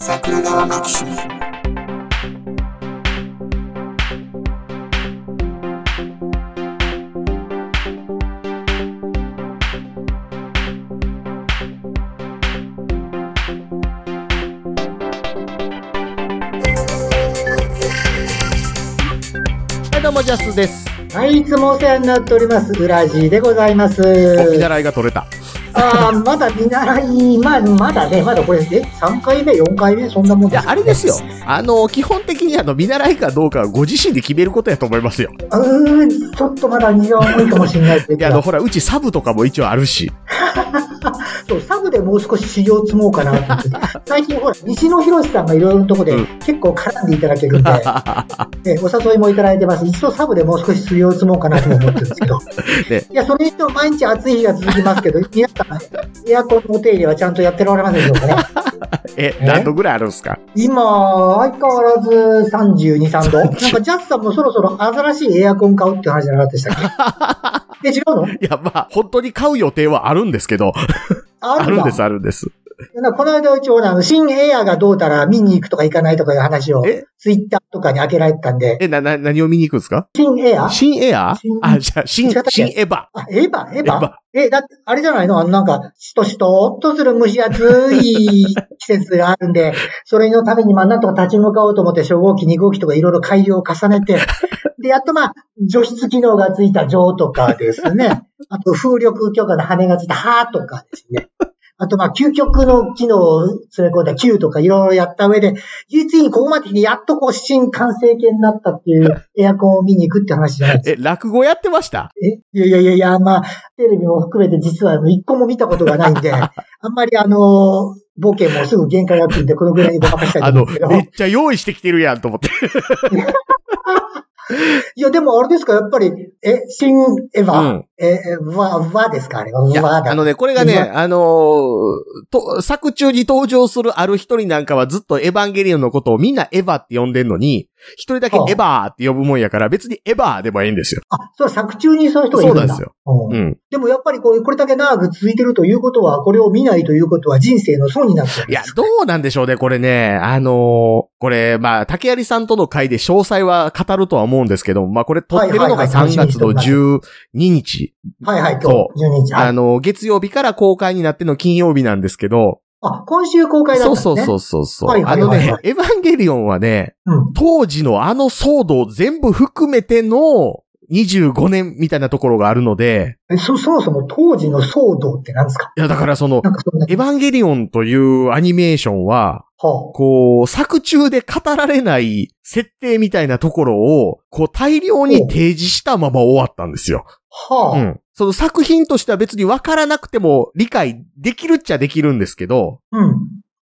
桜川マキシムはい、どうも、ジャスです。はい、いつもお世話になっております。ウラジーでございます。お見習いが取れた。ああ、まだ見習い、まあ、まだね、まだこれ、え、3回目、4回目、そんなもんいや、あれですよ。。 あの、基本的にあの、見習いかどうかはご自身で決めることやと思いますよ。うーん、ちょっとまだ荷が重いかもしれないけいや、あの、ど、ほら、うちサブとかも一応あるし。そうサブでもう少し修行積もうかなと 思って、最近ほら、西野博さんがいろいろなとこでうん結構絡んでいただけるん で、ねお誘いもいただいてます。一度サブでもう少し修行積もうかなとも思ってるんですけど、 ねいや、それにしても毎日暑い日が続きますけど、皆さん、エアコンのお手入れはちゃんとやっておられますでしょうかね。え、え何度ぐらいあるんすか今、相変わらず32、3度。なんかジャスさんもそろそろ新しいエアコン買うっていう話じゃなかったでした っけえ、違うのいや、まあ、本当に買う予定はあるんですけど、ああるんるんだ。です、あるんです。なんかこの間うちほら、あの、新エアがどうたら見に行くとか行かないとかいう話をえ、ツイッターとかに開けられてたんで、え、な、な、何を見に行くんですか新エアあ、新エア新あ、じゃあ、新違ったっ、け新エヴァ。エヴァエエヴァえ、だって、あれじゃないのあの、なんか、しとしとっとする蒸し暑 い季節があるんで、それのために、まあ、なんとか立ち向かおうと思って、初号機、2号機とかいろいろ改良を重ね て、で、やっとまあ、除湿機能がついた錠とかです ね、あと、風力強化の羽がついた歯とかですね、あと、まあ、究極の機能を連れ込んだ Q とかいろいろやった上で、実にここまで来て、やっとこう、新完成形になったっていうエアコンを見に行くって話じゃないですかえ、落語やってましたえいやいやいやいや、まあ、テレビも含めて実はあの一個も見たことがないんで、あんまりあの、ボケもすぐ限界が来るんで、このぐらいにごまかしたいあと思のうんですけ、ど。めっちゃ用意してきてるやんと思って。いや、でもあれですか、やっぱり、え、新エヴうァ、ん。え、え、わ、わですかあれは、いや、わあだ。のね、これがね、あのーと、作中に登場するある一人なんかはずっとエヴァンゲリオンのことをみんなエヴァって呼んでんのに、一人だけエはあヴァーって呼ぶもんやから別にエヴァーでもいいんですよ。あ、それは作中にそういう人がいるんだ。そうなんですようんうん。でもやっぱりこうこれだけ長く続いてるということは、これを見ないということは人生の損になっているんでやす、。どうなんでしょうね、これね。あのーこれ、まあ、竹槍さんとの会で詳細は語るとは思うんですけど、まあ、これ撮ってるのはがいはいはい3月の12日。はいはい、今そ日、12日。はあいのー月曜日から公開になっての金曜日なんですけど、あ、今週公開だったんそうですそうね。そううそうそそう。う。はいあはいのはいはいね、エヴァンゲリオンはね、うん。当時のあの騒動全部含めての25年みたいなところがあるので、えそ、そもそも当時の騒動って何ですかいやだからそのな、んかそんな。エヴァンゲリオンというアニメーションは、はあこう、作中で語られない設定みたいなところを、こう大量に提示したまま終わったんですよ。はうあ、ん。その作品としては別に分からなくても理解できるっちゃできるんですけど、うん。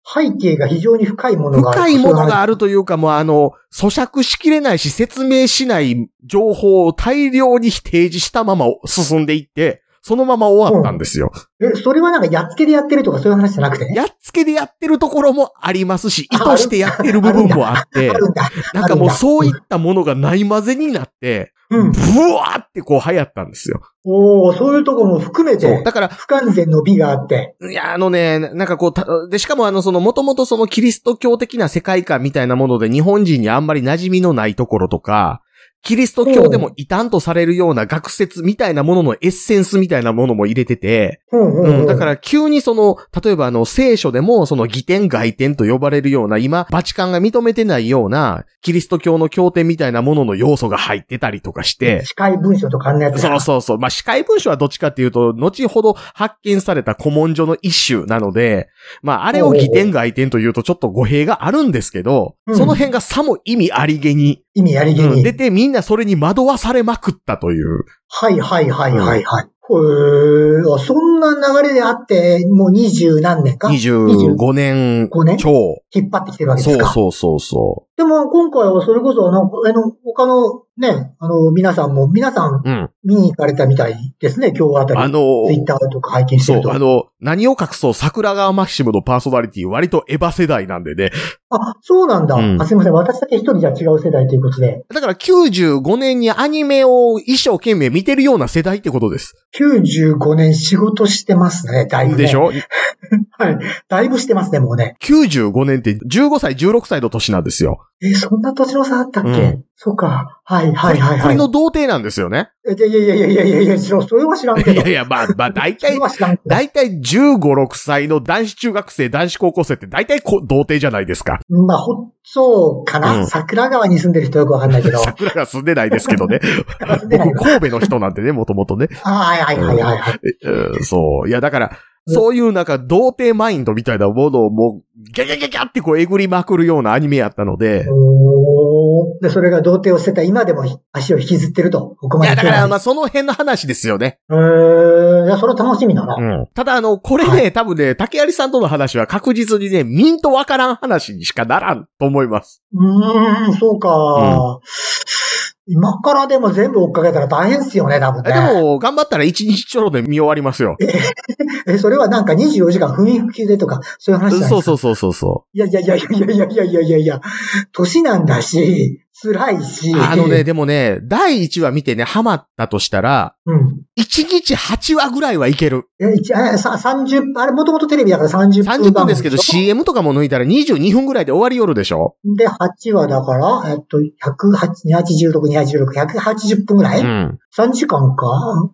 背景が非常に深いものがある。深いものがああるというか、もうあの、咀嚼しきれないし説明しない情報を大量に提示したまま進んでいって、そのまま終わったんですよ。る。え、それはなんかやっつけでやってるとかそういう話じゃなくてね。やっつけでやってるところもありますし、意図してやってる部分もあってあ、るんだ。なんかもうそういったものがない混ぜになって、うん。ブワーってこう流行ったんですよ。おおそういうとこも含めそう。てだ、から、不完全の美があって。いや、あのね、ななんかこうた、で、しかもあの、その、もともとそのキリスト教的な世界観みたいなもので日本人にあんまり馴染みのないところとか、キリスト教でも異端とされるような学説みたいなもののエッセンスみたいなものも入れてて、うんううんん、うん。だから急にその、例えばあの、聖書でもその義典外典と呼ばれるような、今、バチカンが認めてないような、キリスト教の経典みたいなものの要素が入ってたりとかして、司会文書とかあんなやつ。そうそうそう。まあ、司会文書はどっちかっていうと、後ほど発見された古文書の一種なので、まあ、あれを義典外典というとちょっと語弊があるんですけど、うんその辺がさも意味ありげに、意味やりげうんに。出てみんなそれに惑わされまくったという。はいはいはいはいはい。へえ、あそんな流れであって、もう二十何年か25年五年超。引っ張ってきてるわけでそすうか。そうそうそでも今回はそれこそ、あの、あの他のね、あの、皆さんも、皆さんうん。見に行かれたみたいですね、今日あたり。あのツイッターとか拝見してそるう、と。あの、何を隠そう、桜川マキシムのパーソナリティ、割とエヴァ世代なんでね。あ、そうなんだ、うんあ。すいません。私だけ一人じゃ違う世代ということで。だから95年にアニメを一生懸命見てるような世代ってことです。 95年仕事してますね、だいぶ、ね。でしょはい。だいぶしてますね、もうね。 ?95 年って15歳、16歳の年なんですよ。え、そんな年の差あったっけ、うんそうか。はい、はい、はい、こはれい。の童貞なんですよね。えいやいやいやいやいやいや、そそれは知らんいけど。やいや、まあ、まあ、大それ体、は知らんけど。大体15、6歳の男子中学生、男子高校生って大体こ童貞じゃないですか。まあ、ほ、そうかな、うん桜桜川に住んでる人よくわかんない けど。桜が住んでないですけどね。住んでない僕、の神戸の人なんでね、もともとね。あーはいはいはいはいはい。うんそう。いや、だから、そういうなんか、童貞マインドみたいなものをもう、ギャギャギャギャってこう、えぐりまくるようなアニメやったので、おーで、それが童貞を捨てた今でも足を引きずってると。ここいまでや、来だてかない。ら、まあ、その辺の話ですよね。えー、いや、それは楽しみだな。ただ、あの、これね、は多分ね、竹有さんとの話は確実にね、ミンとわからん話にしかならんと思います。うーん、そうか、今からでも全部追っかけたら大変っすよね、多分えね。でも、頑張ったら一日ちょろで見終わりますよ。え、それはなんか24時間不眠不休でとか、そういう話じゃないそうですか。そうそうそうそいやいやいやいやいやいやいやいやいや、年なんだし、辛いし。う。あのね、でもね、第1話見てね、ハマったとしたら、うん。 1日8話ぐらいはいける。え、一え、さ、30、あれ、もともとテレビだから30分番組。 30分ですけど、CM とかも抜いたら22分ぐらいで終わりよるでしょで、8話だから、えっと、108、286、286、180分ぐらい、うん。 ?3 時間か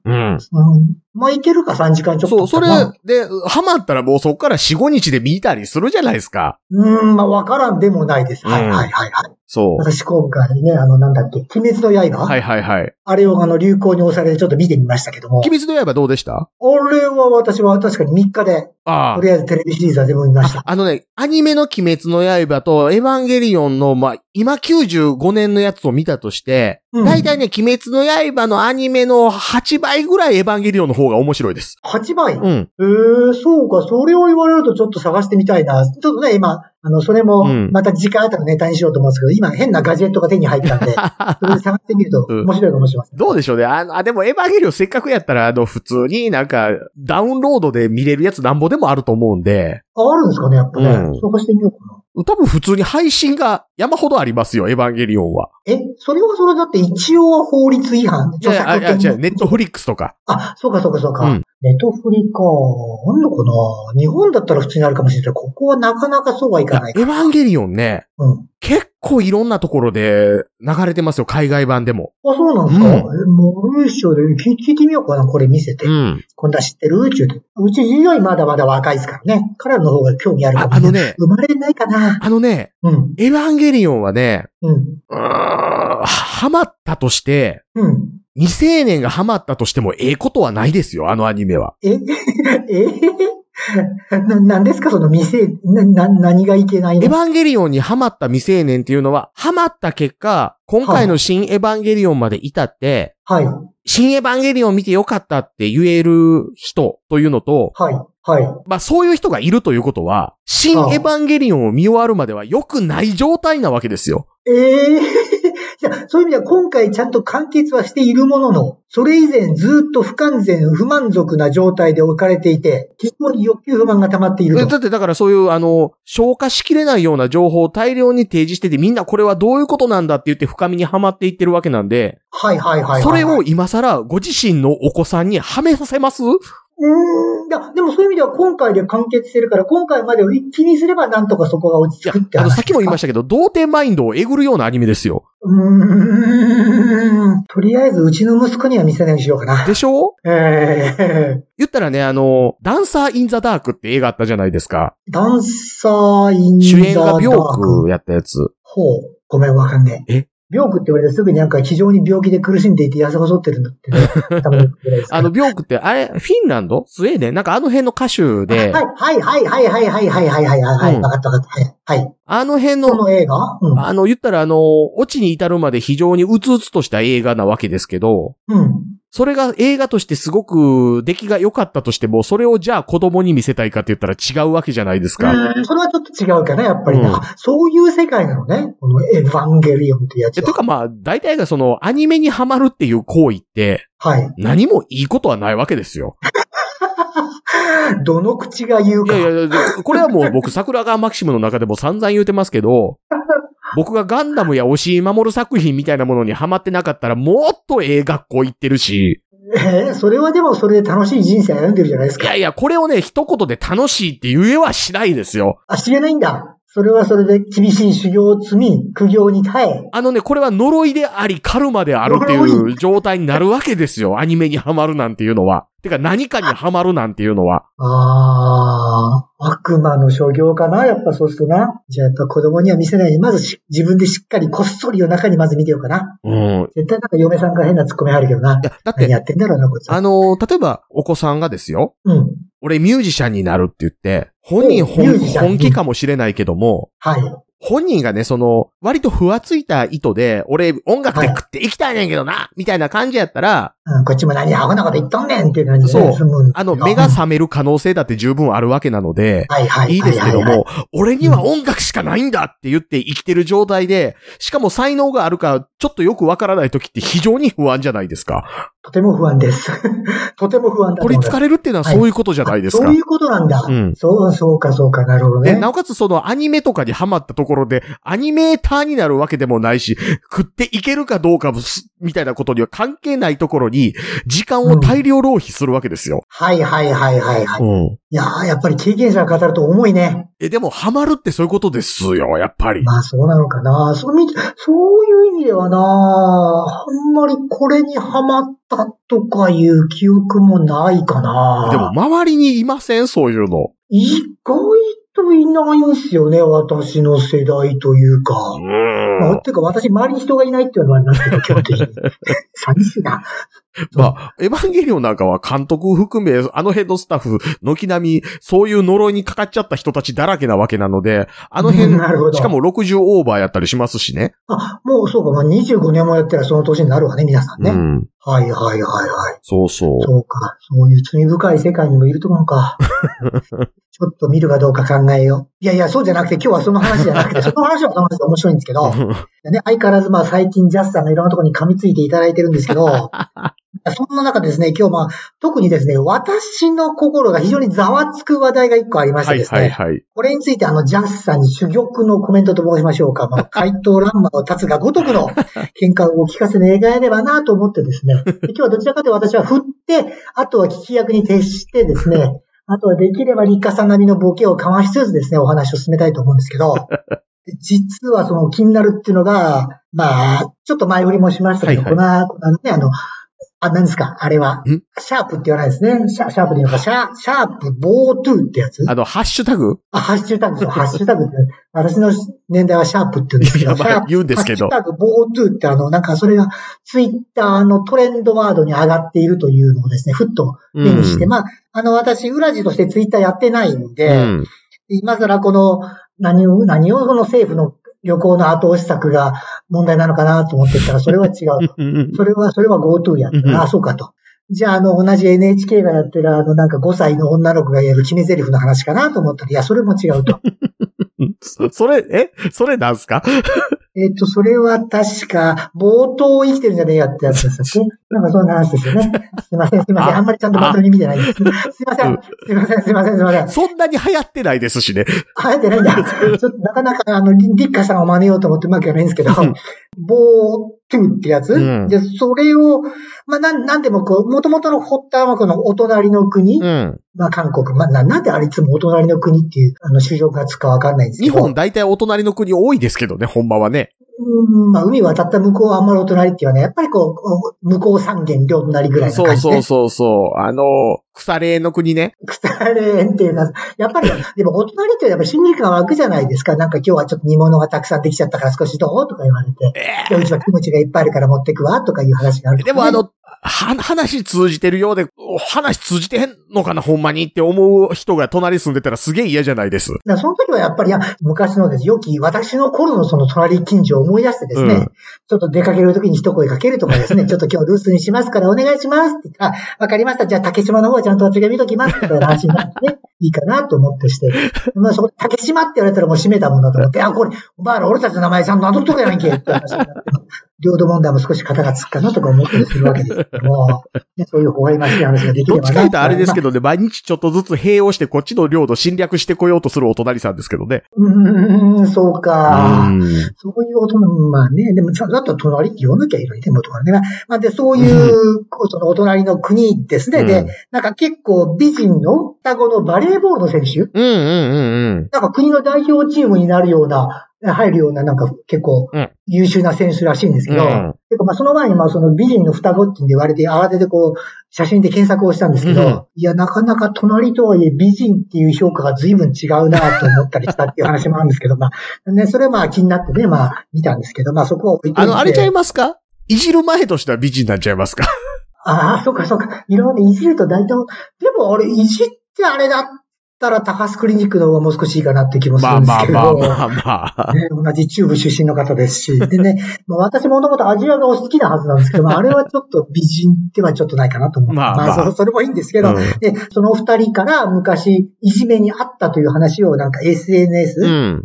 うん。うん。まあ、いけるか、3時間ちょっと。そう、それまあで、ハマったらもうそっから4、5日で見たりするじゃないですか。うーん、まあ、わからんでもないです。はい、うんはい、はい、はい。そう。私、今回ね、あの、なんだっけ、鬼滅の刃、はいはいはい。あれを、あの、流行に押されてちょっと見てみましたけども。鬼滅の刃どうでしたあれは私は確かに3日で、あとりあえずテレビシリーズは全部見ましあた。。あのね、アニメの鬼滅の刃とエヴァンゲリオンの、まあ、今95年のやつを見たとして、うん大体ね、鬼滅の刃のアニメの8倍ぐらいエヴァンゲリオンの方が面白いです。 8倍、うん。えー、そうか、それを言われるとちょっと探してみたいな。ちょっとね、今、あの、それもうん、また次回あたりのネタにしようと思うんですけど、今変なガジェットが手に入ったん で、それで探してみるとうん面白いかもしれませ ん。どうでしょうねあの、あ、でもエヴァンゲリオンせっかくやったら、あの、普通になんか、ダウンロードで見れるやつなんぼでもあると思うんで、あ、あるんですかね、やっぱね。うん探してみようかな。多分普通に配信が山ほどありますよ、エヴァンゲリオンは。え、それはそれだって一応は法律違反。いやいや、あいや著違作う、ネットフリックスとか。あ、そうかそうかそうか。うんネトフリか。あんのかな日本だったら普通にあるかもしれないけど、ここはなかなかそうはいいやかないエヴか。ァンゲリオンね、うん。結構いろんなところで流れてますよ、海外版でも。あ、そうなんですか、えもう、文章で聞聞いてみようかな、これ見せて。ん。こんな知ってる宇宙で。うちよりまだまだ若いですからね。彼らの方が興味あるかあもあしれのない。ね、生まれないかな。あのね、うん、エヴァンゲリオンはね、うん、うーんハマったとして、うん。未成年がハマったとしてもええことはないですよ、あのアニメは。え、 えな、なんですかその店、な、な、何がいけないエヴのァンゲリオンにハマった未成年っていうのは、ハマった結果、今回の新エヴァンゲリオンまで至って、はい、新エヴァンゲリオン見てよかったって言える人というのと、はい、はい。まあそういう人がいるということは、新エヴァンゲリオンを見終わるまでは良くない状態なわけですよ。ええ じゃあ、そういう意味では今回ちゃんと完結はしているものの、それ以前ずっと不完全、不満足な状態で置かれていて、非常に欲求不満が溜まっているえと。だってだからそういうあの、消化しきれないような情報を大量に提示しててみんなこれはどういうことなんだって言って深みにはまっていってるわけなんで、はいはいはいはい、それを今更ご自身のお子さんにはめさせますうーん。いや、でもそういう意味では今回で完結してるから、今回までを一気にすればなんとかそこが落ちいや着くって、あの話さっきも言いましたけど、童貞マインドをえぐるようなアニメですよ。うーん。とりあえずうちの息子には見せないようにしようかな。でしょえー、言ったらね、あの、ダンサー・イン・ザ・ダークって映画あったじゃないですか。ダンサーイン主演ザダが病ーク。クやったやつ。ほう。ごめん、わかんねえ。え病気って言われてすぐになんか非常に病気で苦しんでいて痩せ細ってるんだってね。多分ぐらいですかあの、病クって、あれ、フィンランドスウェーデンなんかあの辺の歌手で、はい、はい、はい、はい、はい、はい、はい、はい、はい、はい、うんわかったわかった。はい、はい。あの辺この、の映画うん。あの、言ったらあの、オチに至るまで非常にうつうつとした映画なわけですけど、うん。それが映画としてすごく出来が良かったとしても、それをじゃあ子供に見せたいかって言ったら違うわけじゃないですか。うんそれはちょっと違うかな、やっぱりな、うんあそういう世界なのね。このエヴァンゲリオンってやつえは。とかまあ、大体がそのアニメにハマるっていう行為って、はい。何もいいことはないわけです よ。どの口が言ういか。やいやいや、でこれはもう僕、桜川マキシムの中でも散々言うてますけど、僕がガンダムや押井守作品みたいなものにハマってなかったら、もっとええ学校行ってるし、えーそれはでもそれで楽しい人生歩んでるじゃないですいやか。いや、これをね、一言で楽しいって言えはしないですよ。あ、知れないんだ。それはそれで厳しい修行を積み、苦行に耐え。あのね、これは呪いであり、カルマであるって呪いう状態になるわけですよ。アニメにハマるなんていうのは。てか、何かにハマるなんていうのは。ああ、悪魔の所業かなやっぱそうするとな。じゃあやっぱ子供には見せないように、まずし自分でしっかりこっそり夜中にまず見てようかな。うん。絶対なんか嫁さんから変なツッコミ入るけどな。だっ何て、やってんだろうな、こいつ。あのー例えば、お子さんがですよ。うん。俺ミュージシャンになるって言って、本人お本ミュージシャン本気かもしれないけども、はい。本人がね、その、割とふわついた意図で、俺音楽で食っていきたいねんけどな、みたいな感じやったら、うん、こっちも何アホなこと言っとんねんっていう感じで、そう済むんですあの、よ目が覚める可能性だって十分あるわけなので、はいはいいいですけどはいはいはいも、俺には音楽しかないんだって言って生きてる状態で、しかも才能があるか、ちょっとよくわからない時って非常に不安じゃないですか。とても不安です。 とても不安だと取思いります憑かれるっていうのはそういうことじゃないですあかそうい。うことなんだ。うんそう、そうか、そうか、なるほどで、ね。なおかつそのアニメとかにハマったところで、アニメーターになるわけでもないし、食っていけるかどうかもす、みたいなことには関係ないところに、時間を大量浪費するわけですよ。はいはいはいはいはい。うん。いやー、やっぱり経験者が語ると重いね。え、でもハマるってそういうことですよ、やっぱり。まあそうなのかな。そうみそういう意味ではな、あんまりこれにハマったとかいう記憶もないかな。でも周りにいませんそういうの。意外といないんすよね、私の世代というか。まあ、ん。ていうか私、周りに人がいないっていうのはありますけど、基 本的に。寂しいな。まあ、エヴァンゲリオンなんかは監督含め、あのヘッドスタッフ、軒並み、そういう呪いにかかっちゃった人たちだらけなわけなので、あの辺うん、なるほどしかも60オーバーやったりしますしね。あ、もうそうか、まあ、25年もやったらその年になるわね、皆さんね。うん。はいはいはいはい。そうそう。そうか。そういう罪深い世界にもいると思 うか。ちょっと見るかどうか考えよう。いやいや、そうじゃなくて、今日はその話じゃ なくて、その話はその話で面白いんですけど、ね、相変わらずまあ最近ジャスさんのいろんなところに噛みついていただいてるんです けど、そんな中ですね、今日まあ、特にですね、私の心が非常にざわつく話題が一個ありましはていですね、はいはい。これについてあの、ジャスさんに珠玉のコメントと申しましょ うか。まあ、回答欄間を立つがごとくの見解をお聞かせ願えればなと思ってですね。 で今日はどちらかというと私は振って、あとは聞き役に徹してですね、あとはできれば立花さん並みのボケをかわしつつですね、お話を進めたいと思うんですけど、で実はその気になるっていうのが、まあ、ちょっと前振りもしましたけど、はいこの、このね、あの、あ、何ですかあれはん。シャープって言わないですね。シャシャープで言うのか、シャシャープ、ボートゥーってやつあの、ハッシュタグあ、ハッシュタグですよ。ハッシュタグって。私の年代はシャープって言うんです けやど、シばャいー、プ。言うんですけど。ハッシュタグ、ボートゥーってあの、なんかそれがツイッターのトレンドワードに上がっているというのをですね、ふっと目にして、まあ、あの、私、裏地としてツイッターやってないんうで、ん。今更この、何を、何をこの政府の旅行の後押し策が問題なのかなと思ってたら、それは違う。うん。 それは、それは GoTo やったうんうんな。あ、そうかと。じゃあ、あの、同じ NHK がやってる、あの、なんか5歳の女の子がやる決め台詞の話かなと思ったら、いや、それも違うと。それ、えそれなんすかえっと、それは確か、冒頭生きてるんじゃねえやってやつで すね。なんかそんな話ですよね。すいません、すいません。ああんまりちゃんとまとめに見てないです。すいません、すいません、すいません、すいません。そんなに流行ってないですしね。生えてないんだ。ちょっとなかなか、あの、り立花さんを真似ようと思ってうまくやらないんですけどうん、ボートゥーってやつ、うんで、それを、まあ、なん、なんでもこう、もともとの発端はこのお隣の国、うん。まあ、韓国。まあ、な、なんであれいつもお隣の国っていう、あの、主力がつくかわかんないんですけ日ど。本大体お隣の国多いですけどね、ほんまはね。うん、まあ、海渡った向こうはあんまりお隣っていうのはね、やっぱりこうこう、向こう三軒両隣ぐらいなそう感じそうで。そうそう。あの、腐れ縁の国ね。腐れ縁っていうのは、やっぱり、でもお隣ってやっぱり心理が湧くじゃないですか。なんか今日はちょっと煮物がたくさんできちゃったから少しどうとか言われて。えでうちはキムチがいっぱいあるから持ってくわとかいう話がある、ーでもあ、の、は、話通じてるようで、話通じてへんのかな、ほんまにって思う人が隣住んでたらすげえ嫌じゃないです。だからその時はやっぱり、いや昔のです、良き私の頃のその隣近所を思い出してですね、うんちょっと出かける時に一声かけるとかです ね、ちょっと今日留守にしますからお願いしますって言ったら、あわかりました。じゃあ竹島の方はちゃんと手紙見ときますみたいな話になっ てね、いいかなと思ってして。まあそこ、竹島って言われたらもう閉めたもんだと思 って、あ、これ、お前ら俺たちの名前ちゃんとあのとこやないけって話になって、領土問題も少し肩がつくかなとか思ったりするわけですけども、ねそういう微笑ましい話ができどっればなちか言うとあれですけどね、毎日ちょっとずつ併用してこっちの領土侵略してこようとするお隣さんですけどね。うーん、そうか。うんそういうことも、まあね、でもちゃんと隣って言わなきゃいけないでもとかね。まあまあ、で、そういう、そのお隣の国ですね。うんで、なんか結構美人の双子のバレーボールの選手うんうんうんうん。なんか国の代表チームになるような、入るような、なんか結構うん優秀な選手らしいんですけうど、ん結構まあその前にまあその美人の双子って言われて慌ててこう写真で検索をしたんですけど、うんいやなかなか隣とはいえ美人っていう評価が随分違うなと思ったりしたっていう話もあるんですけど、まあね、それはまあ気になってね、まあ見たんですけど、まあそこは置いておいあての、あれちゃいますかいじる前としては美人になっちゃいます かああ、そうかそうか。いろいろいじると大体、でもあれいじってあれだったら高須クリニックの方がもう少しいいかなって気もすまるあんですまあけど。まあまあまあ。ね、同じ中部出身の方ですし、で ね、まあ、私もともとアジアがお好きなはずなんですけど、まあ、あれはちょっと美人ではちょっとないかなと思う。まあまあそそれもいいんですけど、うんで、そのお二人から昔、いじめにあったという話をなんか SNS う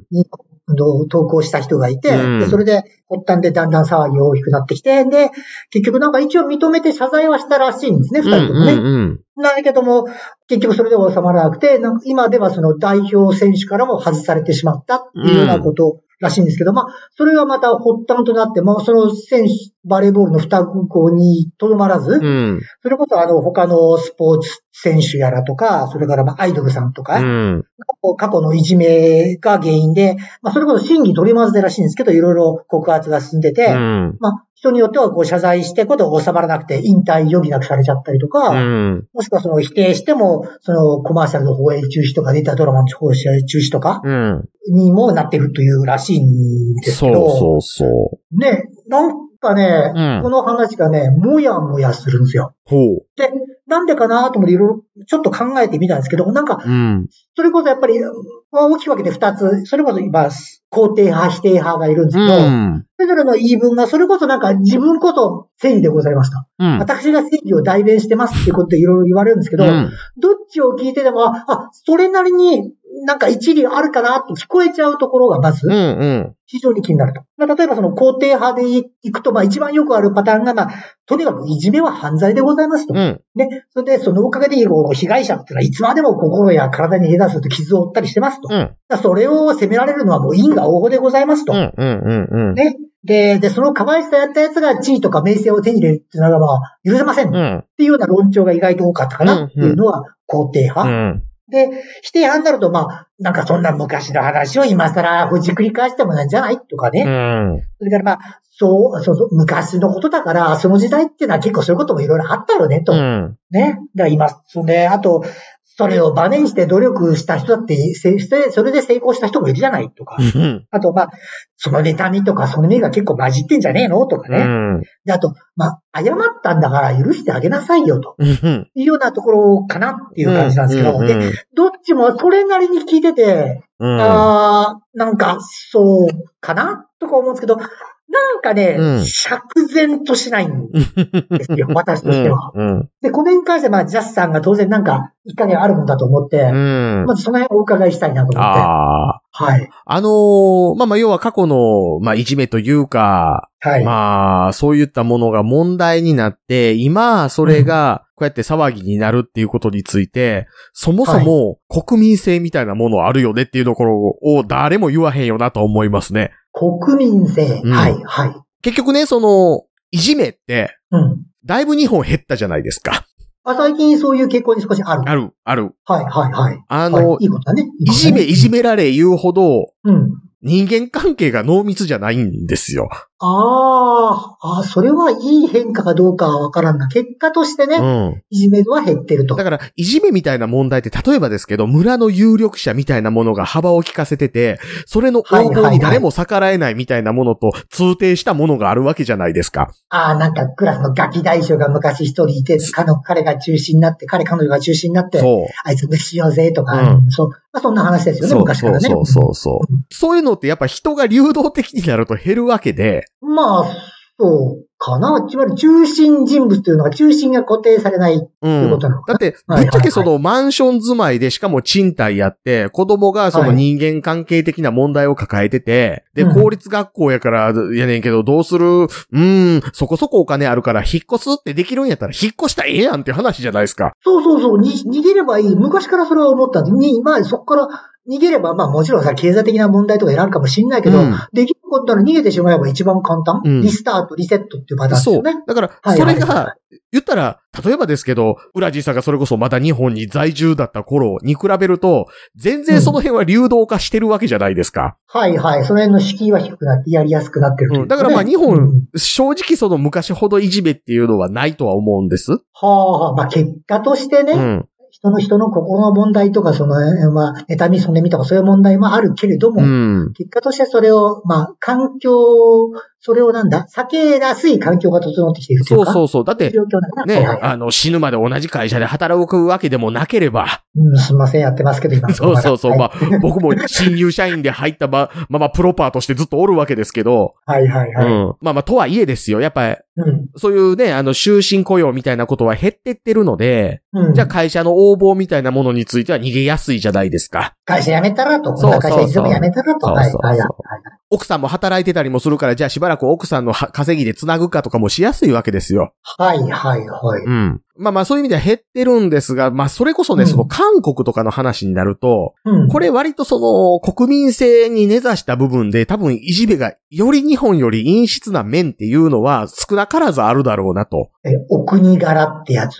に、ん。の投稿した人がいて、うんで、それで、発端でだんだん騒ぎが大きくなってきて、で、結局なんか一応認めて謝罪はしたらしいんですね、う二ん人ともね。うんだけども、結局それでは収まらなくて、なんか今ではその代表選手からも外されてしまったっていうようなことらしいんですけど、まあ、それがまた発端となって、まあ、その選手、バレーボールの双子にとどまらず、うん。うん。それこそあの、他のスポーツ選手やらとか、それからまあアイドルさんとか、うん。こう過去のいじめが原因で、まあ、それこそ審議取り混ぜらしいんですけど、いろいろ告発が進んでて、うん。まあ、人によってはこう謝罪して、ことが収まらなくて、引退余儀なくされちゃったりとか、うん。もしくはその否定しても、そのコマーシャルの放映中止とか、データドラマの放映中止とかうん。にもなっているというらしいんですそけうど、そうそね、なんかね、うんこの話がね、もやもやするんですよ。う。ほう。で、なんでかなと思っていろいろちょっと考えてみたんですけど、なんか、うん。それこそやっぱり、うん大きく分けて2つ、それこそ今、肯定派、否定派がいるんですうけど、ん。それぞれの言い分が、それこそなんか自分こそ正義でございますと。うん。私が正義を代弁してますっていうことでいろいろ言われるんですけど、うんどっちを聞いてでも、あ、あそれなりになんか一理あるかなって聞こえちゃうところがまずうんうん。非常に気になると。まあ、例えばその肯定派でいいくと、まあ一番よくあるパターンが、まあ、とにかくいじめは犯罪でございますと。うん。ね。それで、そのおかげで、この被害者っていうのはいつまでも心や体に下手すると傷を負ったりしてますと。だかうん。らそれを責められるのはもう因果応報でございますと。うん。うん。うん。ね。で、で、その可愛さやったやつが地位とか名声を手に入れるっていうのがまあ許せませんうっん。ていうような論調が意外と多かったかなっていうのは肯定派。うん。で、否定派になると、まあ、なんかそんな昔の話を今更ほじくり返してもなんじゃないとかね。うん。それからまあ、そう、その昔のことだから、その時代っていうのは結構そういうこともいろいろあったよね、と。うん。ね。だから今、それあと、それをバネにして努力した人だって、せしてそれで成功した人もいるじゃないとか。うん。あと、まあ、その妬みとか、その目が結構混じってんじゃねえのとかね。で、あと、まあ、謝ったんだから許してあげなさいよ、とうん。いうようなところかなっていう感じなんですけど。でうん。どっちもそれなりに聞いてて、うん。ああ、なんか、そうかなとか思うんですけど、なんかね、うん釈然としないんです よ、私としては。うん。で、これに関して、まあ、ジャスさんが当然なんか、一加減あるもんだと思って、うん。まずその辺をお伺いしたいなと思って。ああ。はい。あのーまあまあ、要は過去の、まあ、いじめというか、はい。まあ、そういったものが問題になって、今、それが、こうやって騒ぎになるっていうことについて、そもそも国民性みたいなものあるよねっていうところを誰も言わへんよなと思いますね。国民性、うんはい、はい。結局ね、その、いじめって、うん。だいぶ日本減ったじゃないですか。あ、最近そういう傾向に少しある。ある、ある。はい、はい、はい。ああの、い、いことだね。いじめ、いじめ。められ言うほど、うん。人間関係が濃密じゃないんですよ。ああ、あそれはいい変化かどうかはわからんな。結果としてね、うん。いじめ度は減ってるとだ。から、いじめみたいな問題って、例えばですけど、村の有力者みたいなものが幅を利かせてて、それの横暴に誰も逆らえないみたいなものと、通底したものがあるわけじゃないですか。ああ、なんかクラスのガキ大将が昔一人いて、かの彼が中心になって、彼彼女が中心になって、そう。あいつ無視しようぜとか、うんそう、まあそんな話ですよね、そう昔からね。そうそうそうそう。そういうのってやっぱ人が流動的になると減るわけで、まあ、そうかな。つまり中心人物というのが中心が固定されないうんということなのかだって、ぶっちゃけそのマンション住まいでしかも賃貸やって、子供がその人間関係的な問題を抱えてて、で、うん公立学校やから、やねんけど、どうするうーん、そこそこお金あるから、引っ越すってできるんやったら、引っ越したらええやんって話じゃないですか。そうそうそう、に逃げればいい。昔からそれは思ったんです。に、まあそこから逃げれば、まあもちろんさ、経済的な問題とかいらんかもしんないけど、うんできることなら逃げてしまえば一番簡単。うんリスタート、リセットっていうパターンですそよう。ね。だから、はいそはれいが、言ったら、例えばですけど、浦地さんがそれこそまだ日本に在住だった頃に比べると、全然その辺は流動化してるわけじゃないですか。はいはい。その辺の敷居は低くなって、やりやすくなってるといううんだからまあね日本うん正直その昔ほどいじめっていうのはないとは思うんです。はあはあ、まあ結果としてね、うん。人の人の心の問題とか、その、えーまあ、妬み、そみとかそういう問題もあるけれども、うん。結果としてそれを、まあ、環境、それをなんだ、避けやすい環境が整ってきているといそううか。そううそう。だって、状況だから。ね、はいはいあの、死ぬまで同じ会社で働くわけでもなけれ ば、うん、すいません、やってますけど、今。そうそうそう、はいまあ、僕も新入社員で入ったま、まあまあ、プロパーとしてずっとおるわけですけど、はいはいはうい。ん。まあまあ、とはいえですよ。やっぱり、うん。そういうね、あの、終身雇用みたいなことは減ってってるので、うん。じゃあ会社の横暴みたいなものについては逃げやすいじゃないですか。会社辞めたらと、こそうんそなうそう会社いつも辞めたらと。そうはいそうそうはいはい。奥さんも働いてたりもするから、じゃあしばらく奥さんのは稼ぎで繋ぐかとかもしやすいわけですよ。はいはいはい。うん。まあまあそういう意味では減ってるんですが、まあそれこそね、うんその韓国とかの話になると、うん。これ割とその国民性に根ざした部分で多分いじめがより日本より陰湿な面っていうのは少なからずあるだろうなと。え、お国柄ってやつ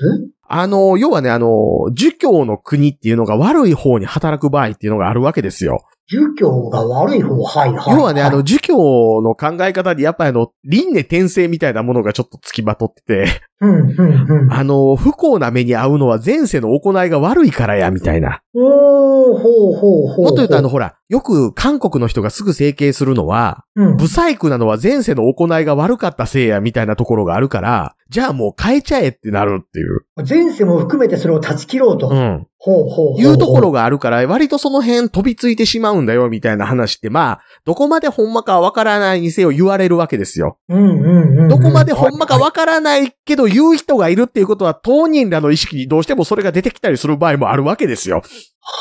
あの、要はね、あの、儒教の国っていうのが悪い方に働く場合っていうのがあるわけですよ。儒教が悪い方、はいはい。要はね、あの、、儒教の考え方にやっぱりあの、輪廻転生みたいなものがちょっと付きまとってて、うん、うん、うん。あの、不幸な目に遭うのは前世の行いが悪いからや、みたいな。おー、ほうほうほう。もっと言うとあの、、ほら、よく韓国の人がすぐ整形するのは、うん。不細工なのは前世の行いが悪かったせいや、みたいなところがあるから、じゃあもう変えちゃえってなるっていう。前世も含めてそれを断ち切ろうと。うん。ほうほうほう。いうところがあるから、割とその辺飛びついてしまうんだよ、みたいな話って、まあ、どこまでほんまかわからないにせよ言われるわけですよ。うんうんうん。どこまでほんまかわからないけど言う人がいるっていうことは、当人らの意識にどうしてもそれが出てきたりする場合もあるわけですよ。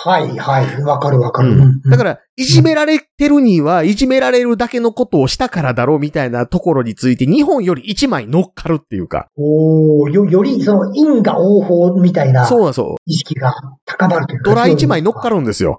はいはい。わかるわかる。ううんんだから、いじめられてるには、いじめられるだけのことをしたからだろうみたいなところについて、日本より一枚乗っかるっていうか。おおよ、より、その、因果応報みたいなそうなんですよ。意識が高まるというか。ドラ一枚乗っかるんですよ。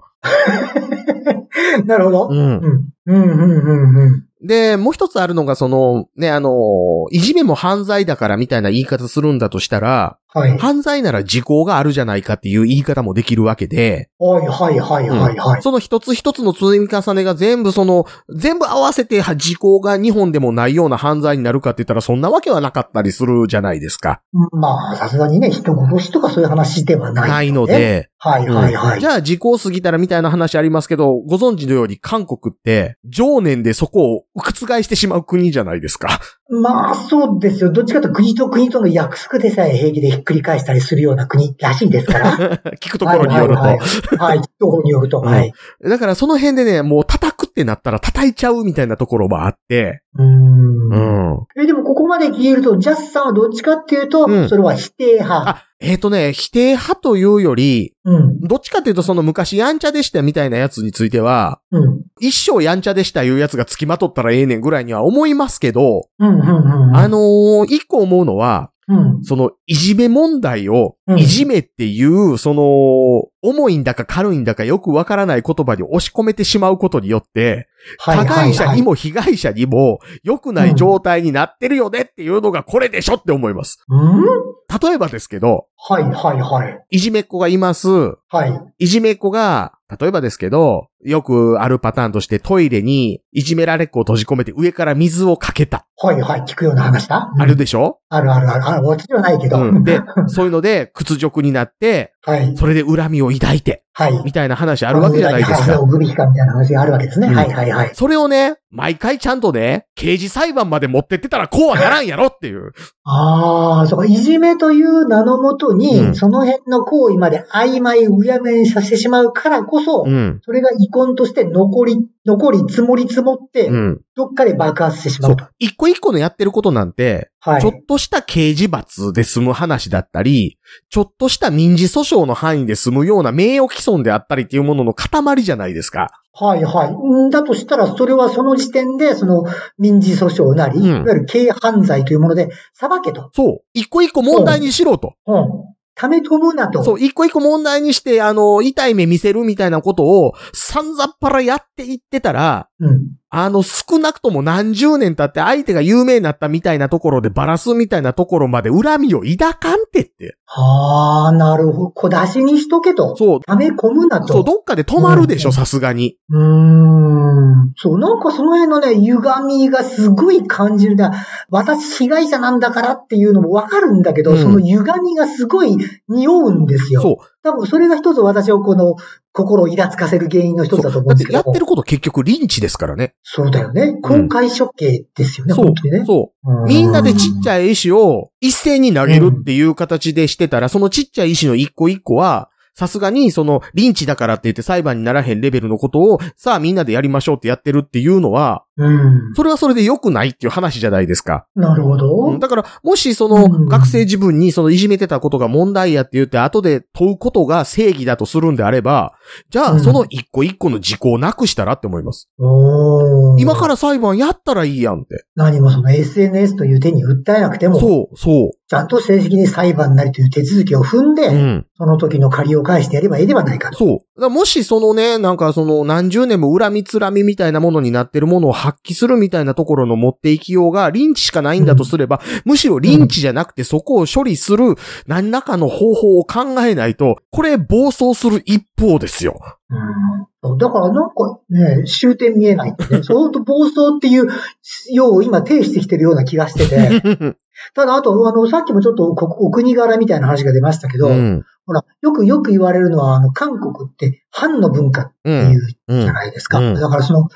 る。 なるほど。うんう。ん。うんうんうんうん。で、もう一つあるのが、その、ね、あの、いじめも犯罪だからみたいな言い方するんだとしたら、はい。はい犯罪なら時効があるじゃないかっていう言い方もできるわけで、はいはいはいはい。その一つ一つの積み重ねが全部その、全部合わせては時効が日本でもないような犯罪になるかって言ったら、そんなわけはなかったりするじゃないですか。まあ、さすがにね、人殺しとかそういう話ではない。ないの。で、はいはいはい。じゃあ時効過ぎたらみたいな話ありますけど、ご存知のように韓国って、常年でそこを覆してしまう国じゃないですか。 まあ、そうですよ。どっちかというと国と国との約束でさえ平気でひっくり返したりするような国らしいですから。聞くところによるはいはいと。はい。はい、ところによると。うんはい。だからその辺でね、もう叩くってなったら叩いちゃうみたいなところもあって、うーん。ん。え、でもここまで消えると、ジャスさんはどっちかっていうと、うんそれは否定派。あ、えっ、とね、否定派というより、うん。どっちかというとその昔やんちゃでしたみたいなやつについては、うん。一生やんちゃでしたいうやつが付きまとったらええねんぐらいには思いますけど、うん、うん、うん。あ、のー一個思うのは、うん。その、いじめ問題をう、んいじめっていう、その、重いんだか軽いんだかよくわからない言葉に押し込めてしまうことによって、は加害者にも。も被害者にも良くない状態になってるよねっていうのがこれでしょって思います。うん例えばですけど、はい、はい、はい。いじめっ子がいます。はい。いじめっ子が、例えばですけど、よくあるパターンとしてトイレにいじめられっ子を閉じ込めて上から水をかけた。はいはい、聞くような話だ。うんあるでしょ、あるあるある。ある私はないけど。うん、で、そういうので屈辱になって、はい。それで恨みを抱いて、はい。みたいな話あるわけじゃないですはいか。グビヒかみたいな話があるわけですね。うんはいはいは い。それをね、毎回ちゃんとね、刑事裁判まで持ってってたらこうはならんやろっていう。ああ、そうか、いじめという名のもとに、うんその辺の行為まで曖昧、うやめにさせてしまうからこそ、うん。それが遺恨として残り、残り積もり積もって、うん。どっかで爆発してしまそううと。。一個一個のやってることなんて、はいちょ。っとした刑事罰で済む話だったり、ちょっとした民事訴訟の範囲で済むような名誉毀損であったりっていうものの塊じゃないですか。はいはい。んだとしたら、それはその時点で、その民事訴訟なり、うんいわゆる軽犯罪というもので、裁けと。そう。一個一個問題にしろと。うん。ため飛ぶなと。そう、一個一個問題にして、あの、痛い目見せるみたいなことを、さんざっぱらやっていってたら、うん。あの、少なくとも何十年経って相手が有名になったみたいなところでバラすみたいなところまで恨みを抱かんてって。ああ、なるほど。小出しにしとけと。そう。ため込むなと。そう、どっかで止まるでしょ、さすがに。うーんそう、なんかその辺のね、歪みがすごい感じるな。私被害者なんだからっていうのもわかるんだけど、うんその歪みがすごい匂うんですよ。そう。多分それが一つ私をこの心をイラつかせる原因の一つだとそう思だうんっでてすけどやってること結局リンチですからね。そうだよね。公開処刑ですよね、そう本当にね。そう。うみんなでちっちい。ゃい石を一斉に投げるっていう形でしてたら、そのちっちゃい石の一個一個は、さすがにそのリンチだからって言って裁判にならへんレベルのことを、さあみんなでやりましょうってやってるっていうのは、うん。それはそれで良くないっていう話じゃないですか。なるうほんど。だから、もしそうのん学生自分にそのいじめてたことが問題やって言って後で問うことが正義だとするんであれば、じゃうあんその一個一個の事項をなくしたらって思います。おー今から裁判やったらいいやんって。何もその SNS という手に訴えなくても、そう、そちゃんと正式に裁判なりという手続きを踏んで、う。うん。その時の借りを返してやればいいではないかと。そう。だからもしそのね、なんかその何十年も恨みつらみみたいなものになってるものを発揮するみたいなところの持っていきようが、リンチしかないんだとすれば、むしろリンチじゃなくてそこを処理する何らかの方法を考えないと、これ暴走する一方ですよ。うん。だからなんかね、終点見えないって ね。相当暴走っていう用を今呈してきてるような気がしてて。ただあと、あの、さっきもちょっとこお国柄みたいな話が出ましたけど、うん。ほら、よくよく言われるのは、あの、韓国って反の文化っうてんいううじゃん。ないですか。うんだからその、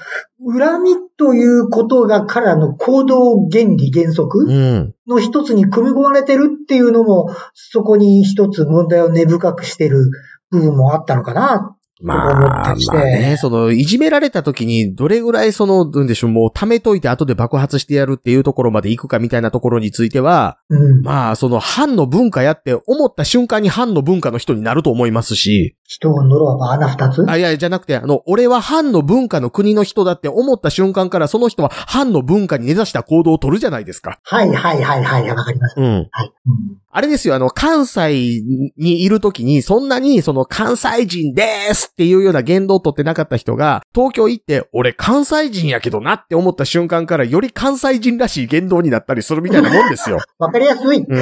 恨みということが彼らの行動原理原則うん。の一つに組み込まれてるっていうのも、そこに一つ問題を根深くしてる部分もあったのかな。ま思っあ、てきまてあね、その、いじめられた時に、どれぐらいその、なんでしょう、もう、溜めといて後で爆発してやるっていうところまで行くかみたいなところについては、うん。まあ、その、反の文化やって思った瞬間に反の文化の人になると思いますし、人を呪わば穴二つあ、いや、じゃなくて、あの、俺は反の文化の国の人だって思った瞬間から、その人は反の文化に根ざした行動を取るじゃないですか。はいはいはいはい、わかります。うん。はい。うんあれですよ、あの、関西にいるときに、そんなに、その、関西人ですっていうような言動をとってなかった人が、東京行って、俺関西人やけどなって思った瞬間から、より関西人らしい言動になったりするみたいなもんですよ。わかりやすい。 うん。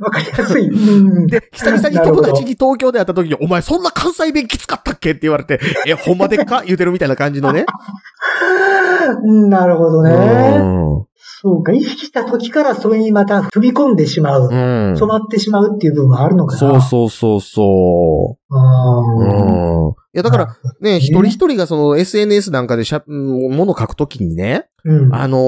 わかりやすい。うん。で、久々に友達に東京で会った時に、お前そんな関西弁きつかったっけって言われて、 え、ほんまでっか言うてるみたいな感じのね。うん なるほどね。うそうか。意識した時からそれにまた踏み込んでしまう。ん。染まってしまうっていう部分はあるのかな。そうそうそうそうう。ん。うん。いや、だから、ね、一人一人がその SNS なんかでしゃ、うんもの書くときにね、うん。あの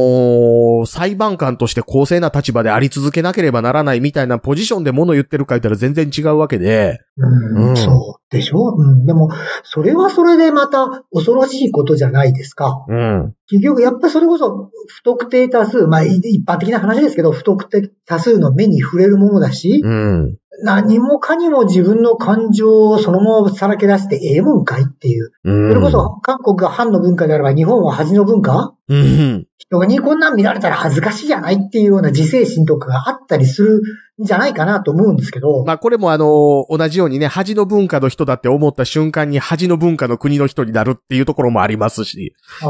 ー裁判官として公正な立場であり続けなければならないみたいなポジションで物言ってるか言ったら全然違うわけで、うんうんそうでしょうん。でも、それはそれでまた恐ろしいことじゃないですか。うん。結局、やっぱりそれこそ、不特定多数、まあ、い一般的な話ですけど、不特定多数の目に触れるものだし、うん。何もかにも自分の感情をそのままさらけ出してええもんかいっていう。うんそれこそ、韓国が反の文化であれば、日本は恥の文化ううん。人にこんなん見られたら恥ずかしいじゃないっていうような自制心とかがあったりするんじゃないかなと思うんですけど、まあこれもあの、同じようにね、恥の文化の人だって思った瞬間に恥の文化の国の人になるっていうところもありますし。ああ、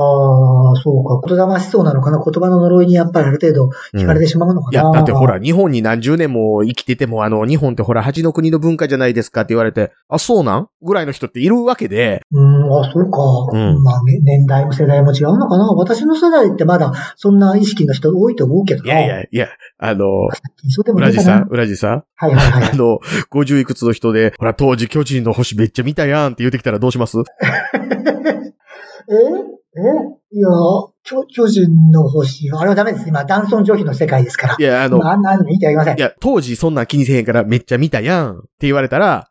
そうか。言霊しそうなのかな言葉の呪いにやっぱりある程度惹かれてしまうのかいな、や、だってほら、日本に何十年も生きてても、あの、日本ってほら、恥の国の文化じゃないですかって言われて、あ、そうなんぐらいの人っているわけで、うん、あ、そうか。うんまあ、ね、年代も世代も違うのかな。私の世代ってまだそんな意識の人多いと思うけどいな。やいやいや、あの、 そうでもな裏い地かさんな、。裏地さん、はいはいはあい。の、50いくつの人で、ほら、当時巨人の星めっちゃ見たやんって言ってきたらどうします ええいや、巨巨人の星は、あれはダメです。今、男尊女卑の世界ですからい。や、あの、今あんなの見てはいけませんい。や、当時そんなん気にせえへんからめっちゃ見たやんって言われたら、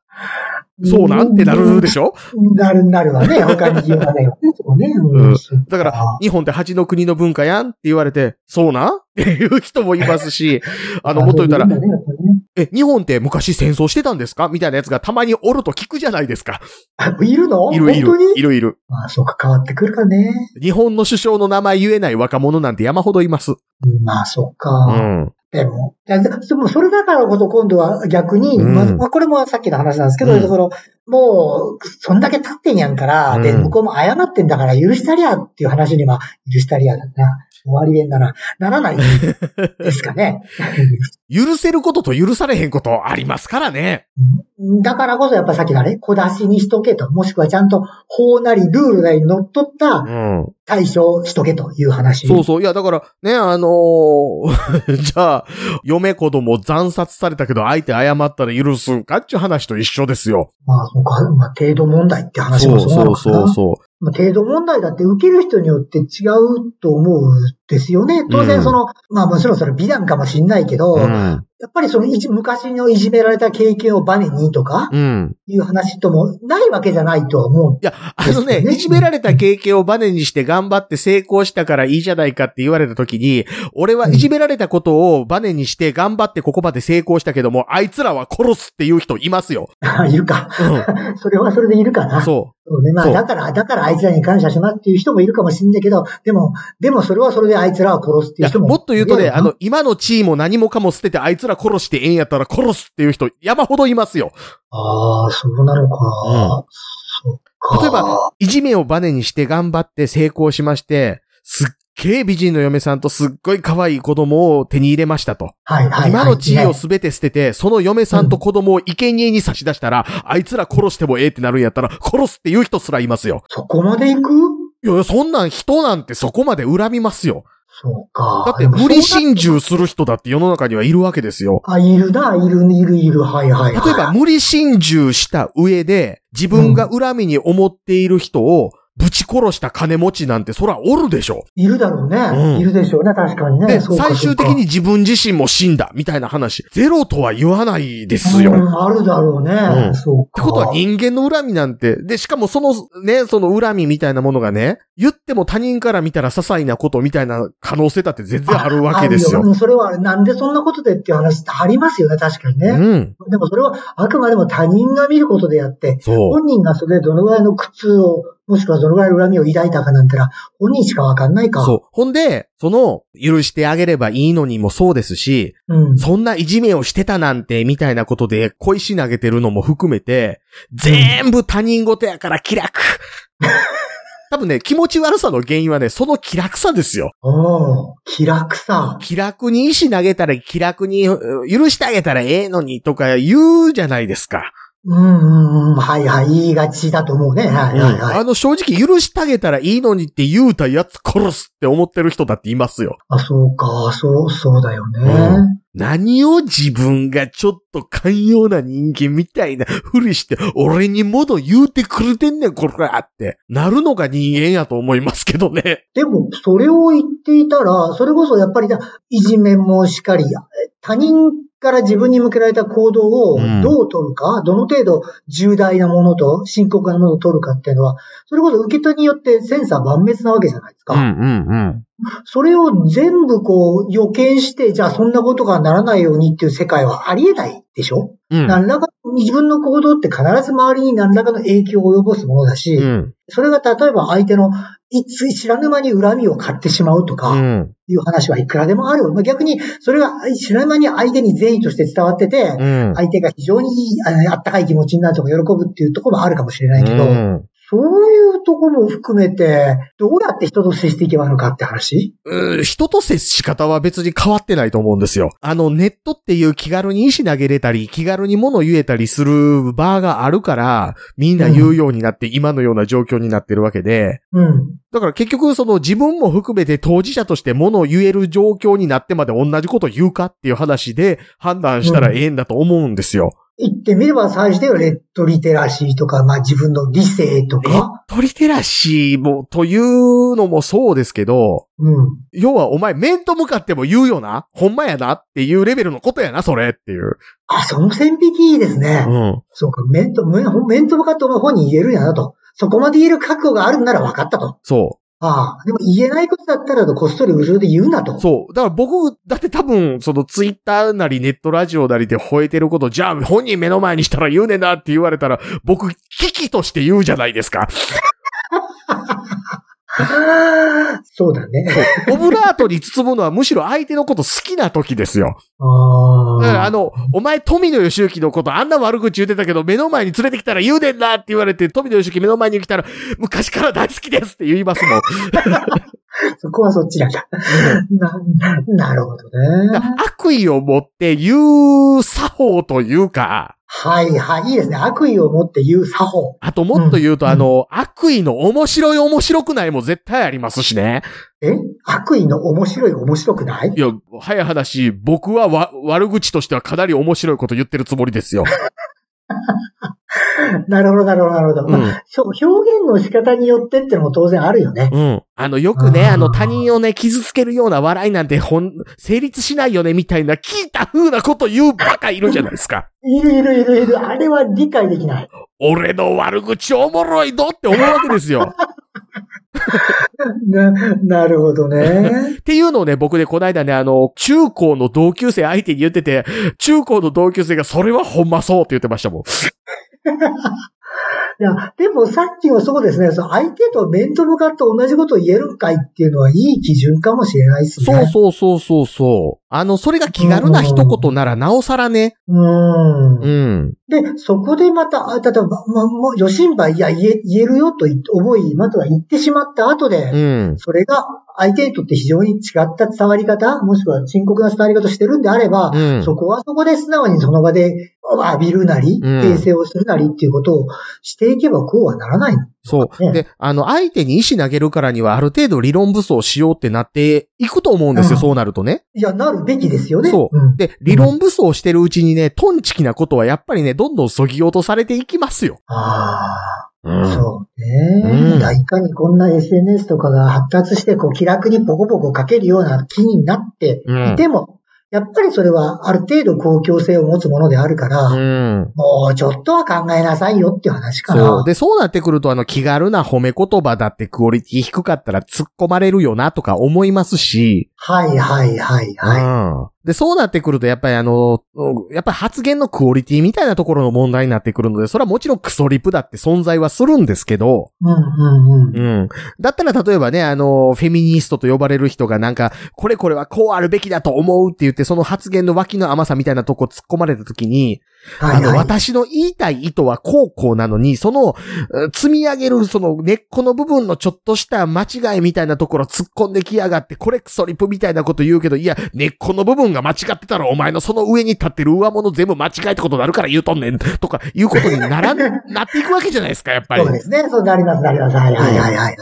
そうなんってなるでしょなる、なるわ ね。他に言わないわね。そうね。うんそうだから、日本って八の国の文化やんって言われて、そうなんっていう人もいます し、あの、もっと言ったらな、るほどねやっぱりねえ、日本って昔戦争してたんですかみたいなやつがたまにおると聞くじゃないですか。あいるのいるい本当る。いにるいる。まあ、そうか、変わってくるかね。日本の首相の名前言えない若者なんて山ほどいます。うんまあ、そううか。ん。でも、いやでもそれだからこそ今度は逆に、うんまあまあ、これもさっきの話なんですけど、うんそのもう、そんだけ経ってんやんから、で、うん向こうも謝ってんだから許したりゃっていう話には、許したりゃだな。終わりえんだな。ならないですかね。 許せることと許されへんことありますからね。だからこそやっぱさっきのね、小出しにしとけと、もしくはちゃんと法なりルールなりにのっとったうん。対処をしとけという話。そうそう。いや、だから、ね、あのー じゃあ、嫁子供惨殺されたけど、相手謝ったら許すんかっていう話と一緒ですよ。まあ、そうか、まあ、程度問題って話もそうなのかな。そまあ程度問題だって受ける人によって違うと思うんですよね。当うん然その、まあもちろんそれ美談かもしんないけど、やん。っぱりそのいじ昔のいじめられた経験をバネにとかうん。いう話ともないわけじゃないとは思いや、あのね ですよ、ねいじめられた経験をバネにして頑張って成功したからいいじゃないかって言われた時に、俺はいじめられたことをバネにして頑張ってここまで成功したけども、あいつらは殺すっていう人いますよ。う。 いる か。うそれはそれでいるかん。な。そうそね。まそあうだから、だからあいつらに感謝しますっていう人もいるかもしんないけど、でも、でもそれはそれであいつらは殺すっう。ていいうや、人も。もっと言うといね、るあの、今の地位も何もかも捨ててあいつら殺してええんやったら殺すっていう人山ほどいますよ。ああ、そうなのか。うんそっか。例えば、いじめをバネにして頑張って成功しまして、すっげえ美人の嫁さんとすっごい可愛い子供を手に入れましたと。はいはいはい、今の地位をすべて捨てて、その嫁さんと子供を生贄に差し出したら、あいつら殺してもええってなるんやったら、殺すっていう人すらいますよ。そこまで行くいやいや、そんなん人なんてそこまで恨みますよ。そうか。だって無理心中する人だって世の中にはいるわけですよ。あ、いるな、いる、いる、いる、はいはい、例はい。えば、無理心中した上で、自分が恨みに思っている人を、ぶち殺した金持ちなんてそらおるでしょ。いるだろうね、うんいるでしょうね、確かにね。で、そうか最終的に、自分自身も死んだ、みたいな話。ゼロとは言わないですよ。そうっかうんあるだろうね、うんそうてか。ことは人間の恨みなんて、で、しかもそのね、その恨みみたいなものがね、言っても他人から見たら些細なことみたいな可能性だって全然あるわけですあよる。うんそれは、なんでそんなことでっていう話ってありますよね、確かにうね。ん。でもそれは、あくまでも他人が見ることであって、そう。本人がそれでどのぐらいの苦痛を、もしくはどのぐらいの恨みを抱いたかなんてのは、本人しかわかんないか。そう。ほんで、その、許してあげればいいのにもそうですし、う。うん。そんないじめをしてたなんて、みたいなことで、小石投げてるのも含めて、全部他人事やから気 楽多分ね、気持ち悪さの原因はね、その気楽さですよ。おー気楽さ。気楽に石投げたら気楽に、う許してあげたらええのにとか言うじゃないですか。うんうんうん。はいはい。言いがちだと思うね。はいはいはい。あの、正直許してあげたらいいのにって言うたやつ殺すって思ってる人だっていますよ。あ、そうか、そう、そうだよね。う何を自分がちょっと寛容な人間みたいなふりして、俺にもの言うてくれてんねん、こらって。なるのが人間やと思いますけどね。でも、それを言っていたら、それこそやっぱりな、いじめもしかりや、他人から自分に向けられた行動をうんどう取るか、どの程度重大なものと深刻なものを取るかっていうのは、それこそ受け手によってセンサー万別なわけじゃないですか。うんそれを全部こう予見して、じゃあそんなことがならないようにっていう世界はありえないでしょ、うん。うん。何らか自分の行動って必ず周りに何らかの影響を及ぼすものだし、うん。それが例えば相手のいつ知らぬ間に恨みを買ってしまうとうか、ん。いう話はいくらでもあるよ。まあ、逆に、それが知らぬ間に相手に善意として伝わってて、うん。相手が非常にいいああったかい気持ちになるとか喜ぶっていうところもあるかもしれないけど、うんそういうところも含めて、どうやって人と接していけばいいのかって話うん人と接し方は別に変わってないと思うんですよ。あの、ネットっていう気軽に石投げれたり、気軽に物言えたりする場があるから、みんな言うようになって、今のような状況になってるわけで、うん。だから結局その自分も含めて当事者として物を言える状況になってまで同じこと言うかっていう話で判断したらええんだと思うんですよ。言ってみれば最初ではレッドリテラシーとか、まあ自分の理性とか、トリテラシーも、というのもそうですけど、うん。要はお前面と向かっても言うよなほんまやなっていうレベルのことやな、それっていう。あ、その線引きいいですね。うん。そうか、面と、面面と向かってお前本人言えるんやなと。そこまで言える覚悟があるんなら分かったと。そああ、でも言えないことだったらこっそり後ろで言うなと。う。そう。だから僕、だって多分、そのツイッターなりネットラジオなりで吠えてること、じゃあ本人目の前にしたら言うねんなって言われたら、僕、危機として言うじゃないですか。ああそうだね。オブラートに包むのはむしろ相手のこと好きな時ですよ。あだからああの、お前富野義行のことあんな悪口言ってたけど、目の前に連れてきたら言うねんなって言われて、富野義行目の前に来たら、昔から大好きですって言いますもん。そこはそっちなんだ。な、なるほどね。悪意を持って言う作法というか、はいはい。いいですね。悪意を持って言う作法。あともっと言うと、うんあの、悪意の面白い面白くないも絶対ありますしね。え悪意の面白い面白くないいや、早い話、僕はわ悪口としてはかなり面白いこと言ってるつもりですよ。なるほど、なるほど、なるほど。うまあん。そう、表現の仕方によってってのも当然あるよね。うん。あの、よくね、あーあの、他人をね、傷つけるような笑いなんて、ほん、成立しないよね、みたいな、聞いた風なこと言うバカいるじゃないですか。いるいるいるいる。あれは理解できない。 俺の悪口おもろいどって思うわけですよ。な、なるほど ね。っていうのをね、僕でこの間ね、あの、中高の同級生相手に言ってて、中高の同級生がそれはほんまそうって言ってましたもん。いや、でもさっきもそうですね、その相手と面と向かって同じことを言えるんかいっていうのはいい基準かもしれないですね。そうそうそうそうそう。あの、それが気軽な一言ならなおさらね。ううん。ん。で、そこでまた、あ例えば、ま、もう、余震いや、言え、言えるよとい思い、または言ってしまった後で、うん。それが相手にとって非常に違った伝わり方、もしくは深刻な伝わり方をしてるんであれば、うんそこはそこで素直にその場で浴びるなり、うん訂正をするなりっていうことをしていけばこうはならない。そう。で、あの、相手に石投げるからにはある程度理論武装しようってなっていくと思うんですよ、うんそうなるとね。いや、なるべきですよね。そううんで、理論武装してるうちにね、トンチキなことはやっぱりね、どんどん削ぎ落とされていきますよ。あうあ、ん。そうね。うんだからいかにこんな SNS とかが発達して、こう、気楽にポコポコかけるような気になってうんいても、やっぱりそれはある程度公共性を持つものであるから、うん。もうちょっとは考えなさいよっていう話かな。そう。で、そうなってくると、あの、気軽な褒め言葉だってクオリティ低かったら突っ込まれるよなとか思いますし、はいはいはいはい。うん。で、そうなってくると、やっぱりあの、うんやっぱり発言のクオリティみたいなところの問題になってくるので、それはもちろんクソリプだって存在はするんですけど、うんうんうん。うん。だったら例えばね、あの、フェミニストと呼ばれる人がなんか、これこれはこうあるべきだと思うって言って、その発言の脇の甘さみたいなとこ突っ込まれた時に、はあいの、はい。私の言いたい意図はこうこうなのに、その、うん積み上げるその根っこの部分のちょっとした間違いみたいなところ突っ込んできやがって、これクソリプみたいなこと言うけど、いや、根っこの部分が間違ってたらお前のその上に立ってる上物全部間違えってことになるから言うとんねん、とかいうことにな らん、なっていくわけじゃないですか、やっぱり そう。ですね。そうなります、なります。はいはいはいはい。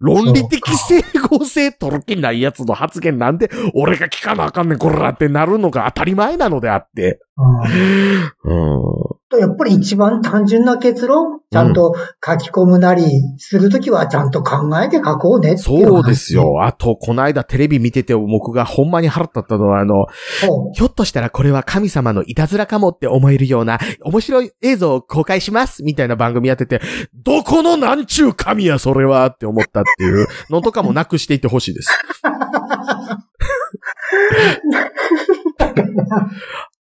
論理的整合性取る気ないやつの発言なんで、俺が聞かなあかんねん、こらってなるのが当たり前なのであって。うんうん。とやっぱり一番単純な結論、ちゃんと書き込むなりするときはちゃんと考えて書こうねっていう話そうです。よ。あと、この間テレビ見てて僕がほんまに腹立ったのは、あの、そうひょっとしたらこれは神様のいたずらかもって思えるような面白い映像を公開しますみたいな番組やってて、どこのなんちゅう神やそれはって思ったっていうのとかもなくしていってほしいです。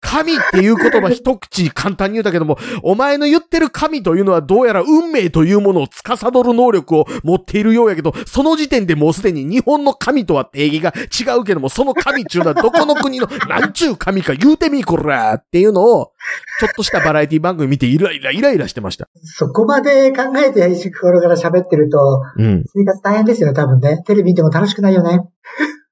神っていう言葉一口簡単に言うたけども、お前の言ってる神というのはどうやら運命というものを司る能力を持っているようやけど、その時点でもうすでに日本の神とは定義が違うけども、その神っていうのはどこの国の何ちゅう神か言うてみ、こらっていうのを、ちょっとしたバラエティ番組見てイライライライラしてました。そこまで考えて、石黒から喋ってると、うん。生活大変ですよね、多分ね。テレビ見ても楽しくないよね。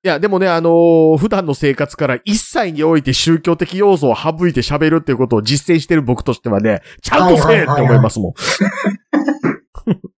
いや、でもね、あのー普段の生活から一切において宗教的要素を省いて喋るっていうことを実践してる僕としてはね、ちゃんとせえって思いますもん。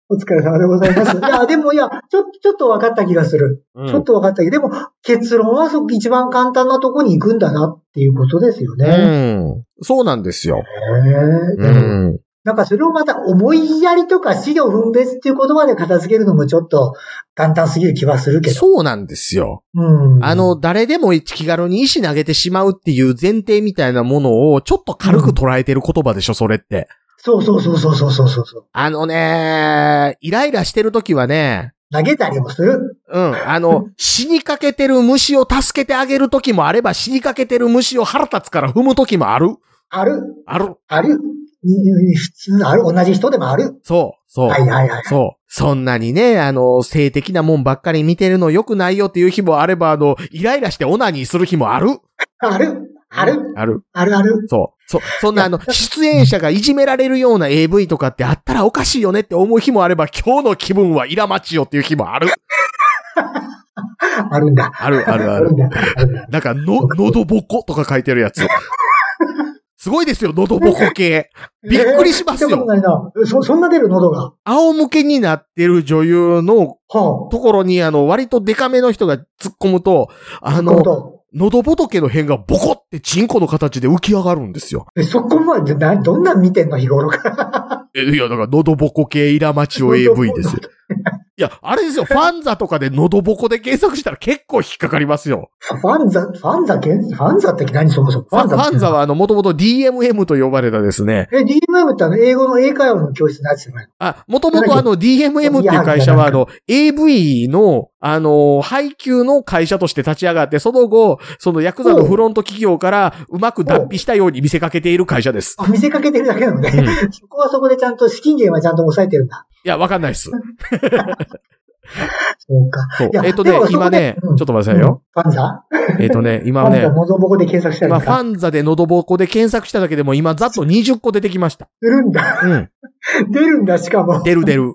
お疲れ様でござい ます。いや、でもいや、ちょっと、ちょっと分かった気がする。うんちょっと分かったけど、でも結論はそ一番簡単なとこに行くんだなっていうことですようね。ん。そうなんですよ。へえう。ん。なんかそれをまた思いやりとか資料分別っていう言葉で片付けるのもちょっと簡単すぎる気はするけど。そうなんですよ。うん。あの、、誰でも気軽に石投げてしまうっていう前提みたいなものをちょっと軽く捉えてる言葉でしょ、それって。そうそうそうそうそうそうそう。あのね、イライラしてる時はね、投げたりもする。うん。あ の、死にかけてる虫を助けてあげる時もあれば、死にかけてる虫を腹立つから踏む時もある。ある。ある。ある。いい普通ある。同じ人でもある。そう、そう。はいはいはい。そう。そんなにね、あの、性的なもんばっかり見てるの良くないよっていう日もあれば、あの、イライラしてオナニーする日もある。ある。ある。ある。あるある。そう。そ、 そんなあの、出演者がいじめられるような AV とかってあったらおかしいよねって思う日もあれば、今日の気分はイラマチよっていう日もある。あるんだ。ある、ある、ああるるん。だ。あるんだ。なんか、の、喉ぼことか書いてるやつ。すごいですよ、喉ぼこ系。 びっくりしますよえー聞いたことないな。えそ、そんな出る喉が。仰向けになってる女優のはところに、あの、割とデカめの人が突っ込むと、ああ。の、の、喉仏の辺がボコってチンコの形で浮き上がるんですよ。えそこまで、な、どんなん見てんの日頃から。えいや、だから喉ボコ系イラマチオ AV ですよ喉。いや、あれですよ、ファンザとかで喉ボコで検索したら結構引っかかりますよ。 ファンザ、ファンザけん、ファンザって何そもそも。ファンザファンザは。はあの、もともと DMM と呼ばれたですね。え、DMM ってあの、英語の英会話の教室のやつじゃないのあ、もともとあの、DMM っていう会社はあの、AV の、あの、配給の会社として立ち上がって、その後、そのヤクザのフロント企業からうまく脱皮したように見せかけている会社です。あ見せかけてるだけなので、うん そこはそこでちゃんと資金源はちゃんと抑えてるんだ。いや、わかんないっす。そうか。そうい。やえっとねでも、そこ今でね、ちょっと待ってくださいよ。うん。ファンザえっとね、フ今ァンねザ、喉ぼこで検索したりまあ、とファか。ンザで喉ぼこで検索しただけでも今ざっと20個出てきました。出るんだ。うん。出るんだ、しかも。出る出る。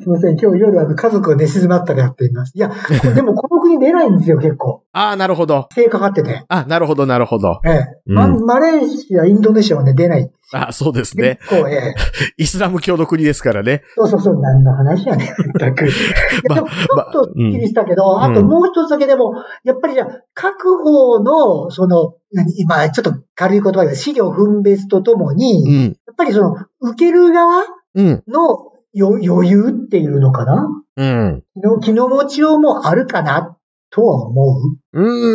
すみません。今日夜あの家族が寝静まったらやっています。 いや、これでもこの国出ないんですよ、結構。ああ、なるほど。規制かかってて。あ、なるほど、なるほど。ええ。うんまマレーシア、インドネシアはね、出ない。あそうですね。結構、ええ。イスラム教の国ですからね。そうそうそう、何の話やねん、全く。いや まであもちょっとすっきりしたけまど、あうあんともう一つだけでも、やっぱりじゃあ各方の、その、何今、ちょっと軽い言葉で、資料分別とともうに、ん。やっぱりその、受ける側うん。のよ余裕っていうのかなうん。の気の持ちようもあるかな、とは思う。うー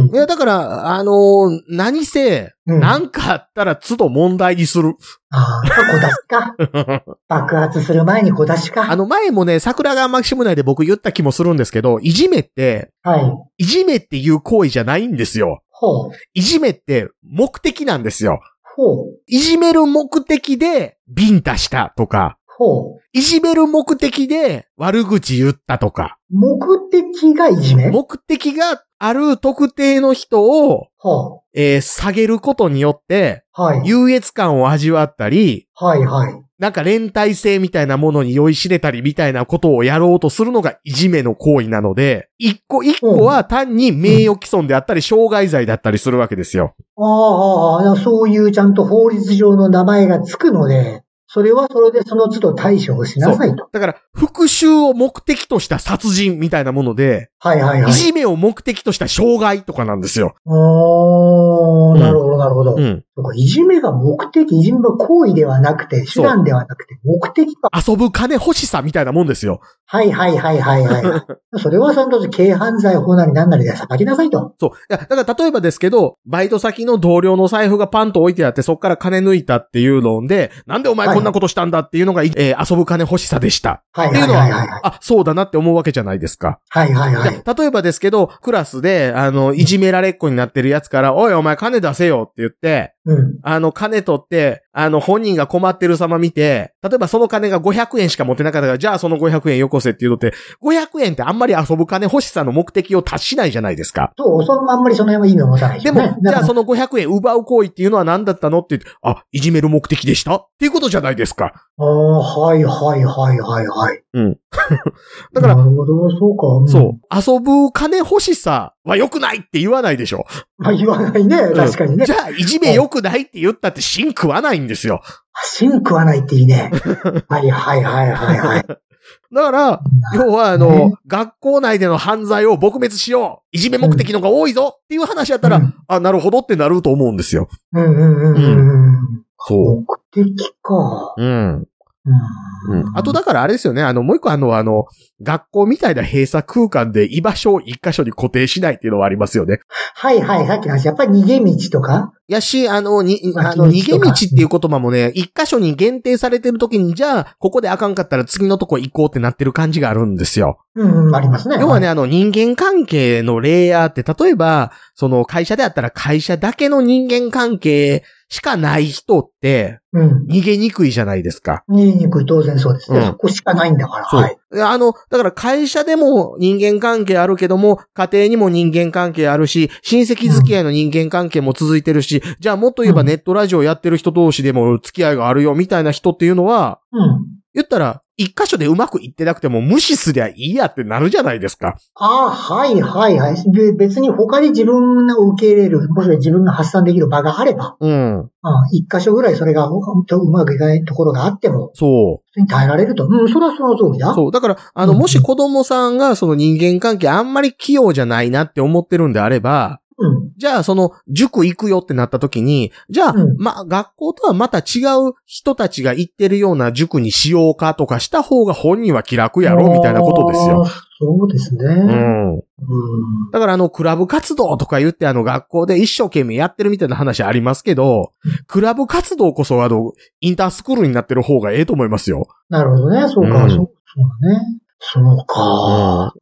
うんん。いや、だから、あのー何せ、うん。なんかあったら都度問題にす る。ああ、小出し か。爆発する前に小出しあか。の、前もね、桜川マキシム内で僕言った気もするんですけど、いじめって、はい。いじめっていう行為じゃないんですよ。ほう。いじめって目的なんですよ。ほう。いじめる目的でビンタしたとか、ほう。いじめる目的で悪口言ったとか、目的がいじめ目的がある特定の人を、はえー下げることによって、あ、はい。優越感を味わったり、はい、はい。なんか連帯性みたいなものに酔いしれたりみたいなことをやろうとするのがいじめの行為なので、一個一個は単に名誉毀損であったり、傷害罪だったりするわけですよ。ああああ、そういうちゃんと法律上の名前がつくので、それはそれでその都度対処をしなさいと。だから、復讐を目的とした殺人みたいなもので、はいはいはいい。じめを目的とした障害とかなんですよ。おー、なるほどなるほど。うん。そうかいじめが目的、いじめは行為ではなくて、手そう段ではなくて、目的か。遊ぶ金欲しさみたいなもんですよ。はいはいはいはいはい。 それはその時、軽犯罪法なり何なりで裁きなさいと。そう。いや、だから例えばですけど、バイト先の同僚の財布がパンと置いてあって、そっから金抜いたっていうので、なんでお前こんなことしたんだっていうのが、えー遊ぶ金欲しさでした。はいってはいいのうは、はいはいはい。あ、そうだなって思うわけじゃないですか。はいはいはい。例えばですけど、クラスで、あの、いじめられっ子になってるやつから、おいお前金出せよって言って、うん。あの、金取って、あの、本人が困ってる様見て、例えばその金が500円しか持ってなかったから、じゃあその500円よこせっていうのって、500円ってあんまり遊ぶ金欲しさの目的を達しないじゃないですか。そう、そんあんまりその辺は意味を持たないでよも、ね。じだゃかあらその500円奪う行為っていうのは何だったのって言って、あ、いじめる目的でしたっていうことじゃないですか。ああ、はいはいはいはいはい。 うん。だからなるほど、そうか。んそう。遊ぶ金欲しさは良くないって言わないでしょ。まあ言わないね、確かにねじ。ゃあ、いじめ良くないって言ったって芯食わないんですよ。芯食わないってい いね。はいはいはいはいはい。だから、要はあの、学校内での犯罪を撲滅しよういじめ目的のが多いぞっていう話やったら、うんあ、なるほどってなると思うんですよ。うんうんうんうんうん。そ目的か。う。うん。ううん。あと、だからあれですよね、あの、もう一個あの、あの、学校みたいな閉鎖空間で居場所を一箇所に固定しないっていうのはありますよね。はいはい、さっきの話。やっぱり逃げ道とかやし、あの、に、あ巻きの、道逃げと道かっていう言葉もね、一箇所に限定されてる時に、じゃあ、ここであかんかったら次のとこ行こうってなってる感じがあるんですよ。うんうん、ありますね。要はね、あの、人間関係のレイヤーって、例えば、その、会社であったら会社だけの人間関係しかない人って、い。うん。逃げにくいじゃないですか。逃げにくい、当然そうですね。うんそこしかないんだから。そう。はい。あの、だから会社でも人間関係あるけども、家庭にも人間関係あるし、親戚付き合いの人間関係も続いてるし、じゃあもっと言えばうんネットラジオやってる人同士でも付き合いがあるよみたいな人っていうのは、うん。言ったら、一箇所でうまくいってなくても無視すりゃいいやってなるじゃないですか。ああ、はいはいはい。で別に他に自分が受け入れる、もしくは自分が発散できる場があれば、うん。うん、一箇所ぐらいそれがうまくいかないところがあっても、そう。普通に耐えられると。うん、それはその通りだ。そう。だから、あの、うんもし子供さんがその人間関係あんまり器用じゃないなって思ってるんであれば、うん。じゃあその塾行くよってなった時に、じゃあ、うんまあ、学校とはまた違う人たちが行ってるような塾にしようかとかした方が本人は気楽やろみたいなことですよ。あー。そうですね。ううん。ん。だからあの、クラブ活動とか言ってあの、学校で一生懸命やってるみたいな話ありますけど、クラブ活動こそあの、インタースクールになってる方がええと思いますよ。なるほどね。そうか、うんそうそうだね。そうか。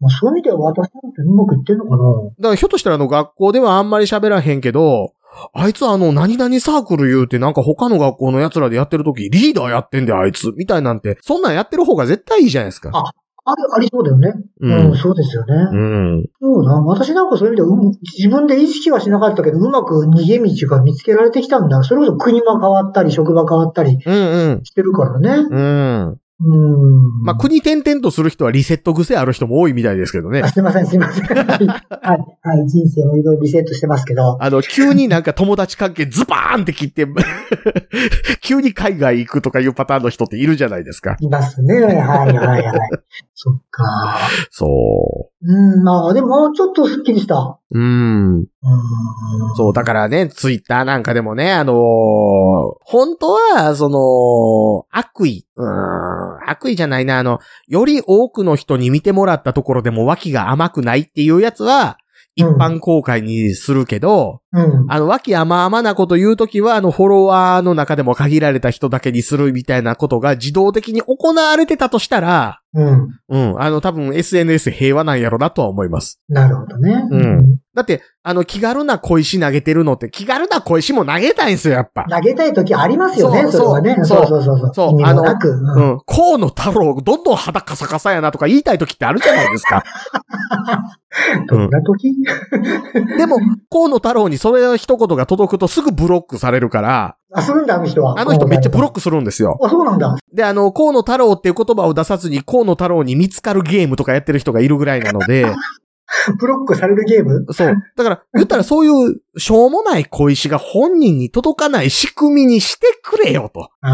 まあ、そういう意味では私なんてうまくいってんのかなだからひょっとしたらあの学校ではあんまり喋らへんけど、あいつあの何々サークル言うてなんか他の学校の奴らでやってる時リーダーやってんだよあいつみたいなんて、そんなんやってる方が絶対いいじゃないですか。ああり、ありそうだよね。ううん、ん。そうですよね。うん。そうだ。私なんかそういう意味では、うん自分で意識はしなかったけど、うまく逃げ道が見つけられてきたんだ。それこそ国も変わったり、職場変わったりうんしてるからね。うん。うん。うん。まあ、国転々とする人はリセット癖ある人も多いみたいですけどね あ。すいません、すい ません。はい、はい、人生もいろいろリセットしてますけど。あの、急になんか友達関係ズバーンって切って、 急に海外行くとかいうパターンの人っているじゃないですか。いますね。はい、はい、 はい。そっか。そうん、まあ、でも、ちょっとスッキリした。う。うん。うん。そう、だからね、ツイッターなんかでもね、あのー本当は、その、悪意、うーん、悪意じゃないな、あの、より多くの人に見てもらったところでも脇が甘くないっていうやつは、一般公開にするけど、うん。あの、脇甘々なこと言うときは、あの、フォロワーの中でも限られた人だけにするみたいなことが自動的に行われてたとしたら、うん。うん、あの、多分 SNS 平和なんやろなとは思います。なるほどね。うんだって、あの、気軽な小石投げてるのって、気軽な小石も投げたいんですよ、やっぱ。投げたい時ありますよね、そうそれはね。そそううそうそうそう。そう意味もあのなく。うんうん。河野太郎、どんどん肌カサカサやなとか言いたい時ってあるじゃないですか。どんな時でも、河野太郎にそれの一言が届くとすぐブロックされるから、あ、するんだ、あの人は。あの人めっちゃブロック。クするんですよ。あ、そうなんだ。で、あの、河野太郎っていう言葉を出さずに河野太郎に見つかるゲームとかやってる人がいるぐらいなので、 ブロックされるゲームそう。だから、言ったらそういう、しょうもない小石が本人に届かない仕組みにしてくれよと。うあ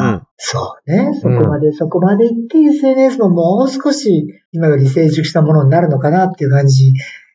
あ、ん。そうね。そこまで、そこまで行って SNS ももう少し今より成熟したものになるのかなっていう感じ。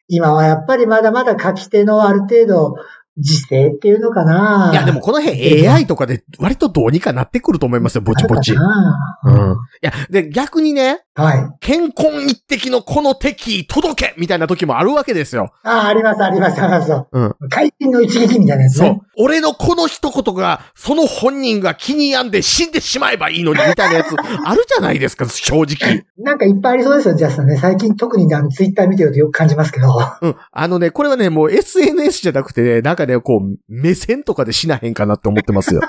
今はやっぱりまだまだ書き手のある程度、時勢っていうのかないや、でも、この辺 AI とかで割とどうにかなってくると思いますよ、ぼちぼち。ある うん。いかなや、で、逆にね、はい。健康一滴のこの敵届けみたいな時もあるわけですよ。ああ、あります、あります、あります。うん。会心の一撃みたいなやつそね。う。俺のこの一言が、その本人が気に病んで死んでしまえばいいのに、みたいなやつ、あるじゃないですか、正直。なんかいっぱいありそうですよ、ジャスさんね。最近特にあのツイッター見てるとよく感じます けど。うん。あのね、これはね、もう SNS じゃなくてね、なんかね、こう、目線とかで死なへんかなって思ってますよ。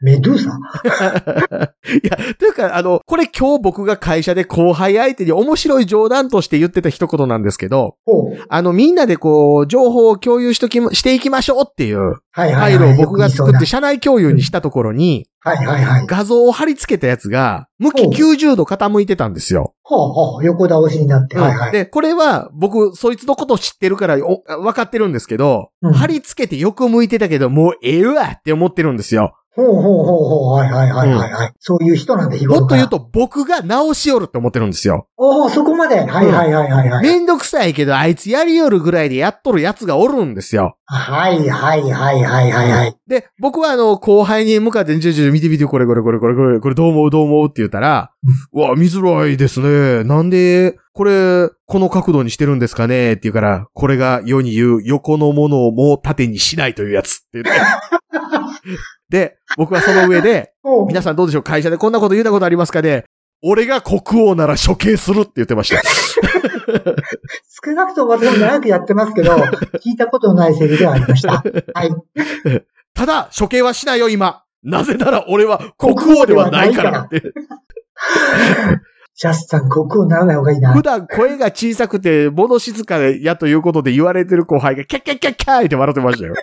メドゥーサいや、というか、あの、これ今日僕が会社で後輩相手に面白い冗談として言ってた一言なんですけど、ほう。あの、みんなでこう、情報を共有しときま、していきましょうっていうはいフはァい、イはルい。を僕が作よってく言いそう社内共有にしたところに、なはいはいはい。画像を貼り付けたやつが、向き90度傾いてたんですよ。ほうほう。横倒しになって。はいはい。で、これは僕、そいつのこと知ってるからお分かってるんですけど、うん貼り付けて横向いてたけど、もうええわって思ってるんですよ。ほうほうほうほう。はいはいはいはい、はいそういう人なんで、日も頃っとから。言うと、僕が直しよるって思ってるんですよ。おお、そこまで。はいはいはいはい、はい。めんどくさいけど、あいつやりよるぐらいでやっとるやつがおるんですよ。はいはいはいはいはいはい。で、僕はあの、後輩に向かって、ちょちょ見て見て、これこれこれこれこれ、これどう思うどう思うって言ったら、うわ、見づらいですね。なんで、これ、この角度にしてるんですかねって言うから、これが世に言う横のものをもう縦にしないというやつって言って。で、僕はその上で、おう皆さんどうでしょう会社でこんなこと言うたことありますかね俺が国王なら処刑するって言ってました。少なくとも私も長くやってます けど、聞いたことのないセリフがありました。はい。ただ、処刑はしないよ、今。なぜなら俺は国王ではないからって。ジャスさん、国王にならない方がいい な普。段声が小さくて物静かやということで言われてる後輩がキャッキャッキャッキャーって笑ってましたよ。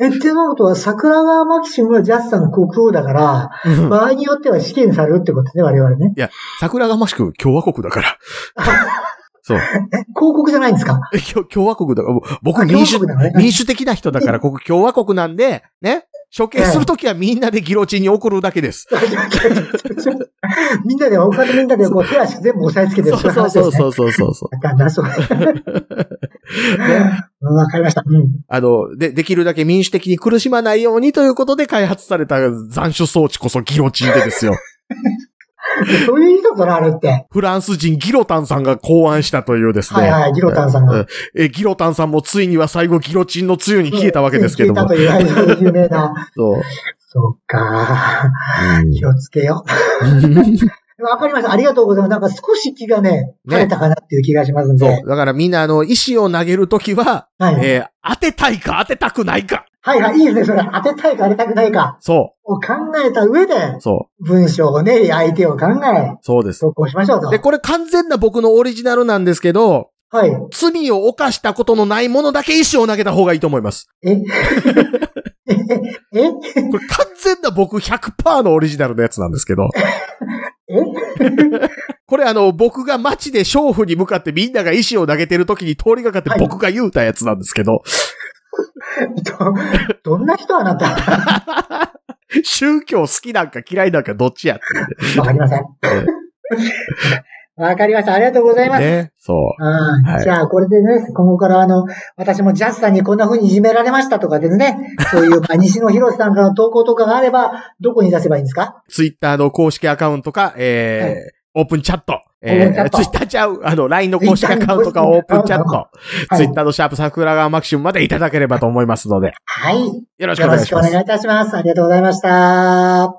え、ってなことは、桜川マキシムはジャスさんの国王だから、場合によっては試験されるってことね、我々ね。桜がましく共和国だから。 そう。え、広告じゃないんですかえ共共和国だから、僕あ民主共和国だね、民主的な人だから、ここ共和国なんで、ね。処刑するときはみんなでギロチンに送るだけです。みんなで、他のみんなでこう手足全部押さえつけてそうそうそうう。そうそうそうそう。なんだ、それ。うんわかりました。うん。あの、で、できるだけ民主的に苦しまないようにということで開発された斬首装置こそギロチンでですよ。そういう意味だから、あれって。フランス人ギロタンさんが考案したというですね。はいはい、ギロタンさんうんが。えーギロタンさんもついには最後ギロチンのつゆに消えたわけですけども。消えたという、はい有名な。 そうそっか。気をつけようんう。わかりました。ありがとうございます。なんか少し気がね、ね晴れたかなっていう気がしますんで。そう。だからみんなあの、石を投げるときは、はい。えー当てたいか当てたくないか。はいはい、いいですね、それ。当てたいか当てたくないか。そを考えた上でう。、そ文章をね、相手を考えう。、そうです。投稿しましょうと。で、これ完全な僕のオリジナルなんですけど、はい。罪を犯したことのないものだけ石を投げた方がいいと思います。え ええこれ 完全な僕100%のオリジナルのやつなんですけど。えこれあの、僕が街で娼婦に向かってみんなが石を投げてる時に通りがかってはい僕が言うたやつなんですけど、ど、どんな人あなた 宗教好きなんか嫌いなんかどっちやっていうわかりません。 わかりました。ありがとうございます。ね。ね。そうんはいじゃあ、これでね、今後からあの、私もジャスさんにこんな風にいじめられましたとかですね、そういう、まあ、西野博さんからの投稿とかがあれば、どこに出せばいいんですかう。ツイッターの公式アカウントか、えーオープンチャット。オーえプンチャー、ットツイッターちゃう、あの、LINE の公式アカウン トかオープンチャット。はいツイッターのシャープ桜川マキシムまでいただければと思いますので、はい。よよろしくおろ願いししくおます。願いいたします。ありがとうございました。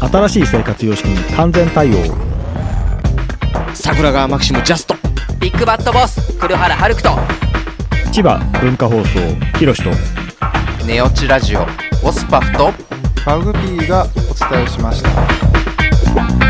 新しい生活様式に完全対応桜川マキシムジャスト。ビッグバットボス黒原遥人千葉文化放送ひろしとネオチラジオオスパフとマグピーがお伝えしました